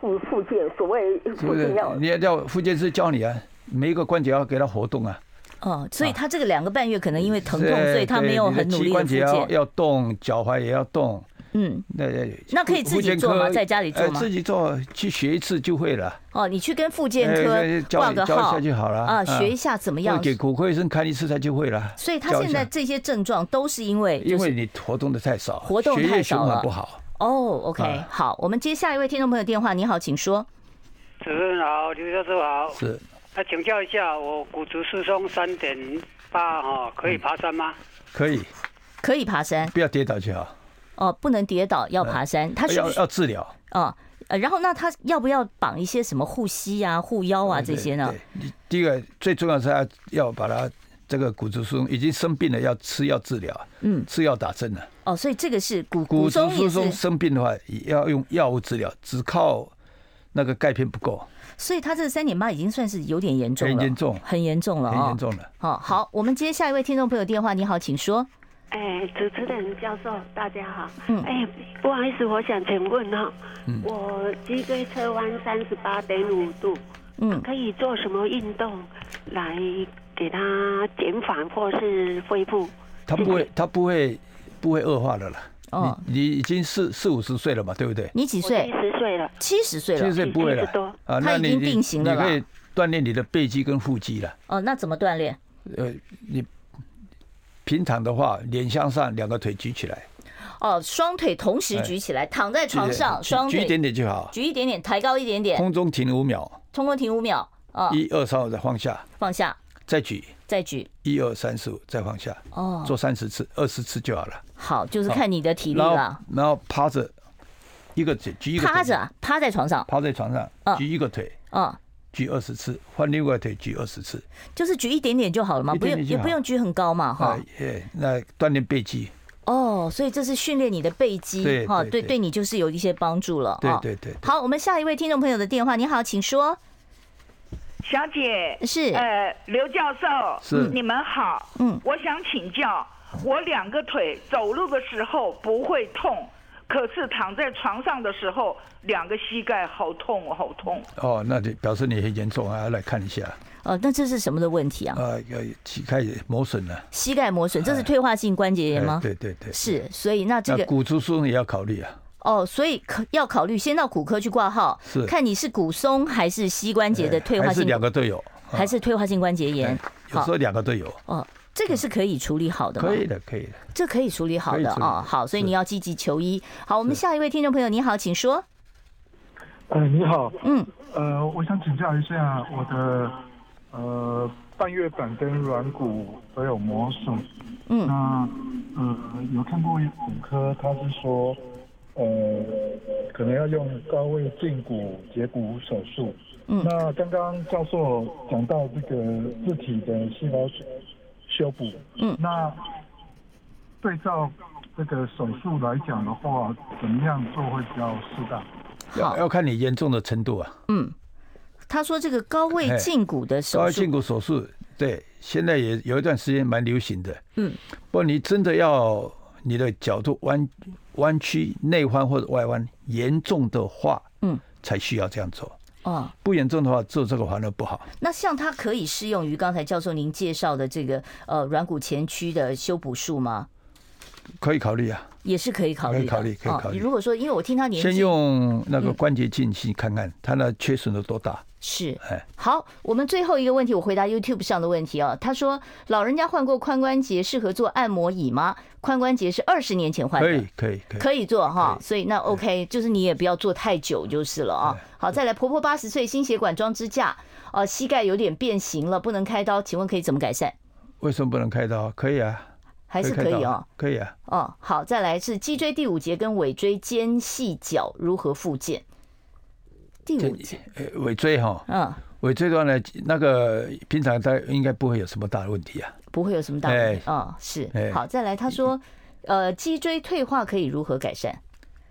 [SPEAKER 13] 附附件所谓
[SPEAKER 5] 是不
[SPEAKER 13] 附
[SPEAKER 5] 是
[SPEAKER 13] 件要？
[SPEAKER 5] 你要要复健师教你啊，每一个关节要给它活动啊。
[SPEAKER 4] 哦，所以他这个两个半月可能因为疼痛，
[SPEAKER 5] 对
[SPEAKER 4] 所以他没有
[SPEAKER 5] 对
[SPEAKER 4] 很
[SPEAKER 5] 你
[SPEAKER 4] 努
[SPEAKER 5] 的膝
[SPEAKER 4] 力的
[SPEAKER 5] 关
[SPEAKER 4] 复
[SPEAKER 5] 节要
[SPEAKER 4] 健。
[SPEAKER 5] 要动，脚踝也要动。
[SPEAKER 4] 嗯，
[SPEAKER 5] 那
[SPEAKER 4] 那可以自己做吗在家里做
[SPEAKER 5] 呃
[SPEAKER 4] 吗
[SPEAKER 5] 自己做，去学一次就会了。
[SPEAKER 4] 哦，你去跟复健
[SPEAKER 5] 哎
[SPEAKER 4] 科
[SPEAKER 5] 教
[SPEAKER 4] 挂
[SPEAKER 5] 你
[SPEAKER 4] 个
[SPEAKER 5] 教一
[SPEAKER 4] 号
[SPEAKER 5] 下就好了
[SPEAKER 4] 啊，学一下怎么样
[SPEAKER 5] 或。给骨科医生看一次，他就会了。
[SPEAKER 4] 所以他
[SPEAKER 5] 教一
[SPEAKER 4] 现在
[SPEAKER 5] 下
[SPEAKER 4] 这些症状都是因为
[SPEAKER 5] 因
[SPEAKER 4] 就
[SPEAKER 5] 为
[SPEAKER 4] 是
[SPEAKER 5] 你活动的太少，
[SPEAKER 4] 活动
[SPEAKER 5] 血
[SPEAKER 4] 太
[SPEAKER 5] 液循
[SPEAKER 4] 少
[SPEAKER 5] 环
[SPEAKER 4] 了
[SPEAKER 5] 不好。
[SPEAKER 4] 哦，OK，
[SPEAKER 5] 啊
[SPEAKER 4] 好，我们接下一位听众朋友电话。你好，请说。
[SPEAKER 14] 主持人好，刘教授好。
[SPEAKER 5] 是。
[SPEAKER 14] 那请教一下，我骨质疏松三点八哈，
[SPEAKER 4] 嗯
[SPEAKER 14] 可以爬山吗？
[SPEAKER 5] 可以，
[SPEAKER 4] 可以爬山
[SPEAKER 5] 不要跌倒就好。
[SPEAKER 4] 哦，不能跌倒，要爬山。他是不
[SPEAKER 5] 哎要
[SPEAKER 4] 是
[SPEAKER 5] 要治疗
[SPEAKER 4] 哦，呃然后那他要不要绑一些什么护膝呀、护腰啊这些呢？
[SPEAKER 5] 第一个最重要是要要把它这个骨质疏松已经生病了，要吃药治疗，
[SPEAKER 4] 嗯，
[SPEAKER 5] 吃药打针了。
[SPEAKER 4] 哦，所以这个是骨
[SPEAKER 5] 骨
[SPEAKER 4] 骨
[SPEAKER 5] 质
[SPEAKER 4] 松
[SPEAKER 5] 疏
[SPEAKER 4] 也
[SPEAKER 5] 松
[SPEAKER 4] 是，
[SPEAKER 5] 生病的话，也要用药物治疗，只靠那个钙片不够，
[SPEAKER 4] 所以他这三点八已经算是有点严重了，
[SPEAKER 5] 很严重，
[SPEAKER 4] 很严重了、哦，
[SPEAKER 5] 很严重了。
[SPEAKER 4] 哦，好，我们接下一位听众朋友电话。你好，请说。
[SPEAKER 15] 哎，主持人教授，大家好。
[SPEAKER 4] 嗯
[SPEAKER 15] 哎，不好意思，我想请问哈、
[SPEAKER 5] 嗯
[SPEAKER 15] 我脊椎侧弯三十八点五度，
[SPEAKER 4] 嗯
[SPEAKER 15] 可以做什么运动来给它减缓或是恢复？
[SPEAKER 5] 它不会，它不会，不会恶化的了。
[SPEAKER 15] 哦
[SPEAKER 5] 你你已经四四五十岁了嘛，对不对？
[SPEAKER 4] 你几岁？
[SPEAKER 15] 七十岁了。
[SPEAKER 4] 七十岁
[SPEAKER 5] 七
[SPEAKER 4] 了。
[SPEAKER 5] 十岁不会了啊，那
[SPEAKER 4] 他已
[SPEAKER 5] 你
[SPEAKER 4] 经
[SPEAKER 5] 你
[SPEAKER 4] 定型了
[SPEAKER 5] 你可
[SPEAKER 4] 啦
[SPEAKER 5] 以。锻炼你的背肌跟腹肌了。
[SPEAKER 4] 哦，那怎么锻炼？
[SPEAKER 5] 呃，你平躺的话，脸向上，两个腿举起来，
[SPEAKER 4] 哦，双腿同时举起来，躺在床上，
[SPEAKER 5] 哎举
[SPEAKER 4] 双
[SPEAKER 5] 举
[SPEAKER 4] 腿
[SPEAKER 5] 一点点就好，
[SPEAKER 4] 举一点点，抬高一点点，
[SPEAKER 5] 空中停五秒，
[SPEAKER 4] 通过停五秒，啊，
[SPEAKER 5] 一二三，我再放下，
[SPEAKER 4] 放下，
[SPEAKER 5] 再举，
[SPEAKER 4] 再举，
[SPEAKER 5] 一二三四五，再放下，
[SPEAKER 4] 哦
[SPEAKER 5] 做三十次、二十次就好了。
[SPEAKER 4] 好，就是看你的体力
[SPEAKER 5] 然后
[SPEAKER 4] 了。
[SPEAKER 5] 然后趴着，一个腿举一个腿
[SPEAKER 4] 趴着嗯啊，趴在床上，
[SPEAKER 5] 趴在床上，举一个腿，
[SPEAKER 4] 啊，
[SPEAKER 5] 举二十次，换另外一个腿举二十次，
[SPEAKER 4] 就是举一点点就好了嘛，
[SPEAKER 5] 一
[SPEAKER 4] 不
[SPEAKER 5] 点
[SPEAKER 4] 用
[SPEAKER 5] 点就
[SPEAKER 4] 也不
[SPEAKER 5] 好
[SPEAKER 4] 用举很高嘛，哈
[SPEAKER 5] 啊。，耶，那锻炼背肌，
[SPEAKER 4] 哦，所以这是训练你的背肌
[SPEAKER 5] 对
[SPEAKER 4] 哈，
[SPEAKER 5] 对
[SPEAKER 4] 对，
[SPEAKER 5] 对
[SPEAKER 4] 对你就是有一些帮助了。
[SPEAKER 5] 对
[SPEAKER 4] 哦
[SPEAKER 5] 对对对
[SPEAKER 4] 好，我们下一位听众朋友的电话，你好，请说。
[SPEAKER 16] 小姐
[SPEAKER 7] 哎
[SPEAKER 4] 是
[SPEAKER 16] 呃，刘教授
[SPEAKER 4] 嗯是
[SPEAKER 16] 你们好，
[SPEAKER 4] 嗯
[SPEAKER 16] 我想请教，我两个腿走路的时候不会痛，可是躺在床上的时候，两个膝盖好痛好痛。
[SPEAKER 5] 哦，那就表示你很严重啊，来看一下，
[SPEAKER 4] 哦，那这是什么的问题啊？
[SPEAKER 5] 啊，要膝盖磨损了，
[SPEAKER 4] 膝盖磨损，这是退化性关节炎
[SPEAKER 5] 哎
[SPEAKER 4] 吗？
[SPEAKER 5] 对对对，
[SPEAKER 4] 是，所以那这
[SPEAKER 5] 那
[SPEAKER 4] 个
[SPEAKER 5] 骨质疏松也要考虑啊，
[SPEAKER 4] 哦，所以可要考虑先到骨科去挂号
[SPEAKER 5] 是，哎
[SPEAKER 4] 看你是骨松还是膝关节的退化
[SPEAKER 5] 还是
[SPEAKER 4] 性，
[SPEAKER 5] 两个都有，啊哎
[SPEAKER 4] 还是退化性关节炎。
[SPEAKER 5] 有
[SPEAKER 4] 好
[SPEAKER 5] 时候两个都有，
[SPEAKER 4] 哦，这个是可以处理好的吗？
[SPEAKER 5] 可以的，，可以的。
[SPEAKER 4] 这可以处理好
[SPEAKER 5] 可以
[SPEAKER 4] 的
[SPEAKER 5] 处理
[SPEAKER 4] 啊、哦。好，所以你要积极求医。好，我们下一位听众朋友，你好，请说。
[SPEAKER 17] 呃，你好，
[SPEAKER 4] 嗯，
[SPEAKER 17] 呃，我想请教一下我的呃半月板跟软骨都有磨损，
[SPEAKER 4] 嗯，
[SPEAKER 17] 那呃有看过骨科，他是说呃可能要用高位胫骨截骨手术，
[SPEAKER 4] 嗯
[SPEAKER 17] 那刚刚教授讲到这个自体的细胞修补，
[SPEAKER 4] 嗯，
[SPEAKER 17] 那对照这个手术来讲的话，怎么样做会比较适当？
[SPEAKER 5] 要要看你严重的程度啊。
[SPEAKER 4] 嗯，他说这个高位
[SPEAKER 5] 哎
[SPEAKER 4] 胫骨的手
[SPEAKER 5] 高位
[SPEAKER 4] 术，
[SPEAKER 5] 胫骨手术，对，现在也有一段时间蛮流行的。
[SPEAKER 4] 嗯，
[SPEAKER 5] 不过你真的要你的角度弯弯曲、内弯或者外弯严重的话，
[SPEAKER 4] 嗯，
[SPEAKER 5] 才需要这样做。
[SPEAKER 4] 哦，
[SPEAKER 5] 不严重的话，做这个反而不好。
[SPEAKER 4] 那像它可以适用于刚才教授您介绍的这个呃软骨前区的修补术吗？
[SPEAKER 5] 可以考虑啊，
[SPEAKER 4] 也是可以考虑的，
[SPEAKER 5] 可以考虑可以考虑
[SPEAKER 4] 哦。如果说，因为我听他年纪，
[SPEAKER 5] 先用那
[SPEAKER 4] 嗯
[SPEAKER 5] 个关节镜去看看它的缺损有多大。
[SPEAKER 4] 是，
[SPEAKER 5] 哎，
[SPEAKER 4] 好，我们最后一个问题，我回答 YouTube 上的问题哦。他说，老人家患过髋关节，适合做按摩椅吗？髋关节是二十年前患的，
[SPEAKER 5] 可以，可以，可以。
[SPEAKER 4] 可以做哈，所以那 OK，就是你也不要做太久就是了啊。好，再来，婆婆八十岁，心血管装支架，呃，膝盖有点变形了，不能开刀，请问可以怎么改善？
[SPEAKER 5] 为什么不能开刀？可以啊，
[SPEAKER 4] 还是可
[SPEAKER 5] 开
[SPEAKER 4] 以
[SPEAKER 5] 刀
[SPEAKER 4] 哦。
[SPEAKER 5] 可以啊。
[SPEAKER 4] 哦，好，再来是脊椎第五节跟尾椎间隙角如何复健？第五节，
[SPEAKER 5] 呃尾椎哈，
[SPEAKER 4] 嗯，
[SPEAKER 5] 尾椎的话呢，那个平常它应该不会有什么大的问题啊。
[SPEAKER 4] 不会有什么大问题
[SPEAKER 5] 哎
[SPEAKER 4] 啊、哦是
[SPEAKER 5] 哎，
[SPEAKER 4] 好，再来，他说，呃，脊椎退化可以如何改善？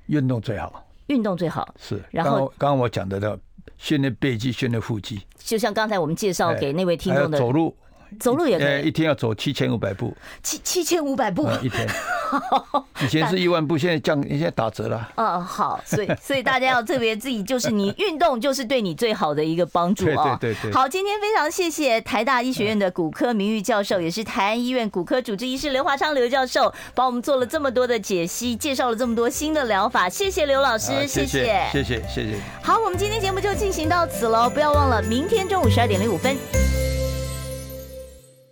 [SPEAKER 5] 运动最好。
[SPEAKER 4] 运动最好，
[SPEAKER 5] 是，
[SPEAKER 4] 然
[SPEAKER 5] 刚
[SPEAKER 4] 后
[SPEAKER 5] 刚我刚刚我讲的那训练背肌、训练腹肌，
[SPEAKER 4] 就像刚才我们介绍
[SPEAKER 5] 哎
[SPEAKER 4] 给那位听众的
[SPEAKER 5] 还有走路
[SPEAKER 4] 走路也可
[SPEAKER 5] 呃，
[SPEAKER 4] 以，
[SPEAKER 5] 一天要走七千五 百步，
[SPEAKER 4] 七七千五百步
[SPEAKER 5] 啊， 一天。以前是一万步，现在降，现在打折了。
[SPEAKER 4] 嗯，好， 所以所以大家要特别自己，就是你运动就是对你最好的一个帮助哦。
[SPEAKER 5] 对对对对
[SPEAKER 4] 好，今天非常谢谢台大医学院的骨科名誉教授，也是台安医院骨科主治医师刘华昌刘教授，帮我们做了这么多的解析，介绍了这么多新的疗法，谢谢刘老师，
[SPEAKER 5] 啊
[SPEAKER 4] 谢
[SPEAKER 5] 谢谢谢谢谢。
[SPEAKER 4] 好，我们今天节目就进行到此喽，不要忘了明天中午十二点零五分《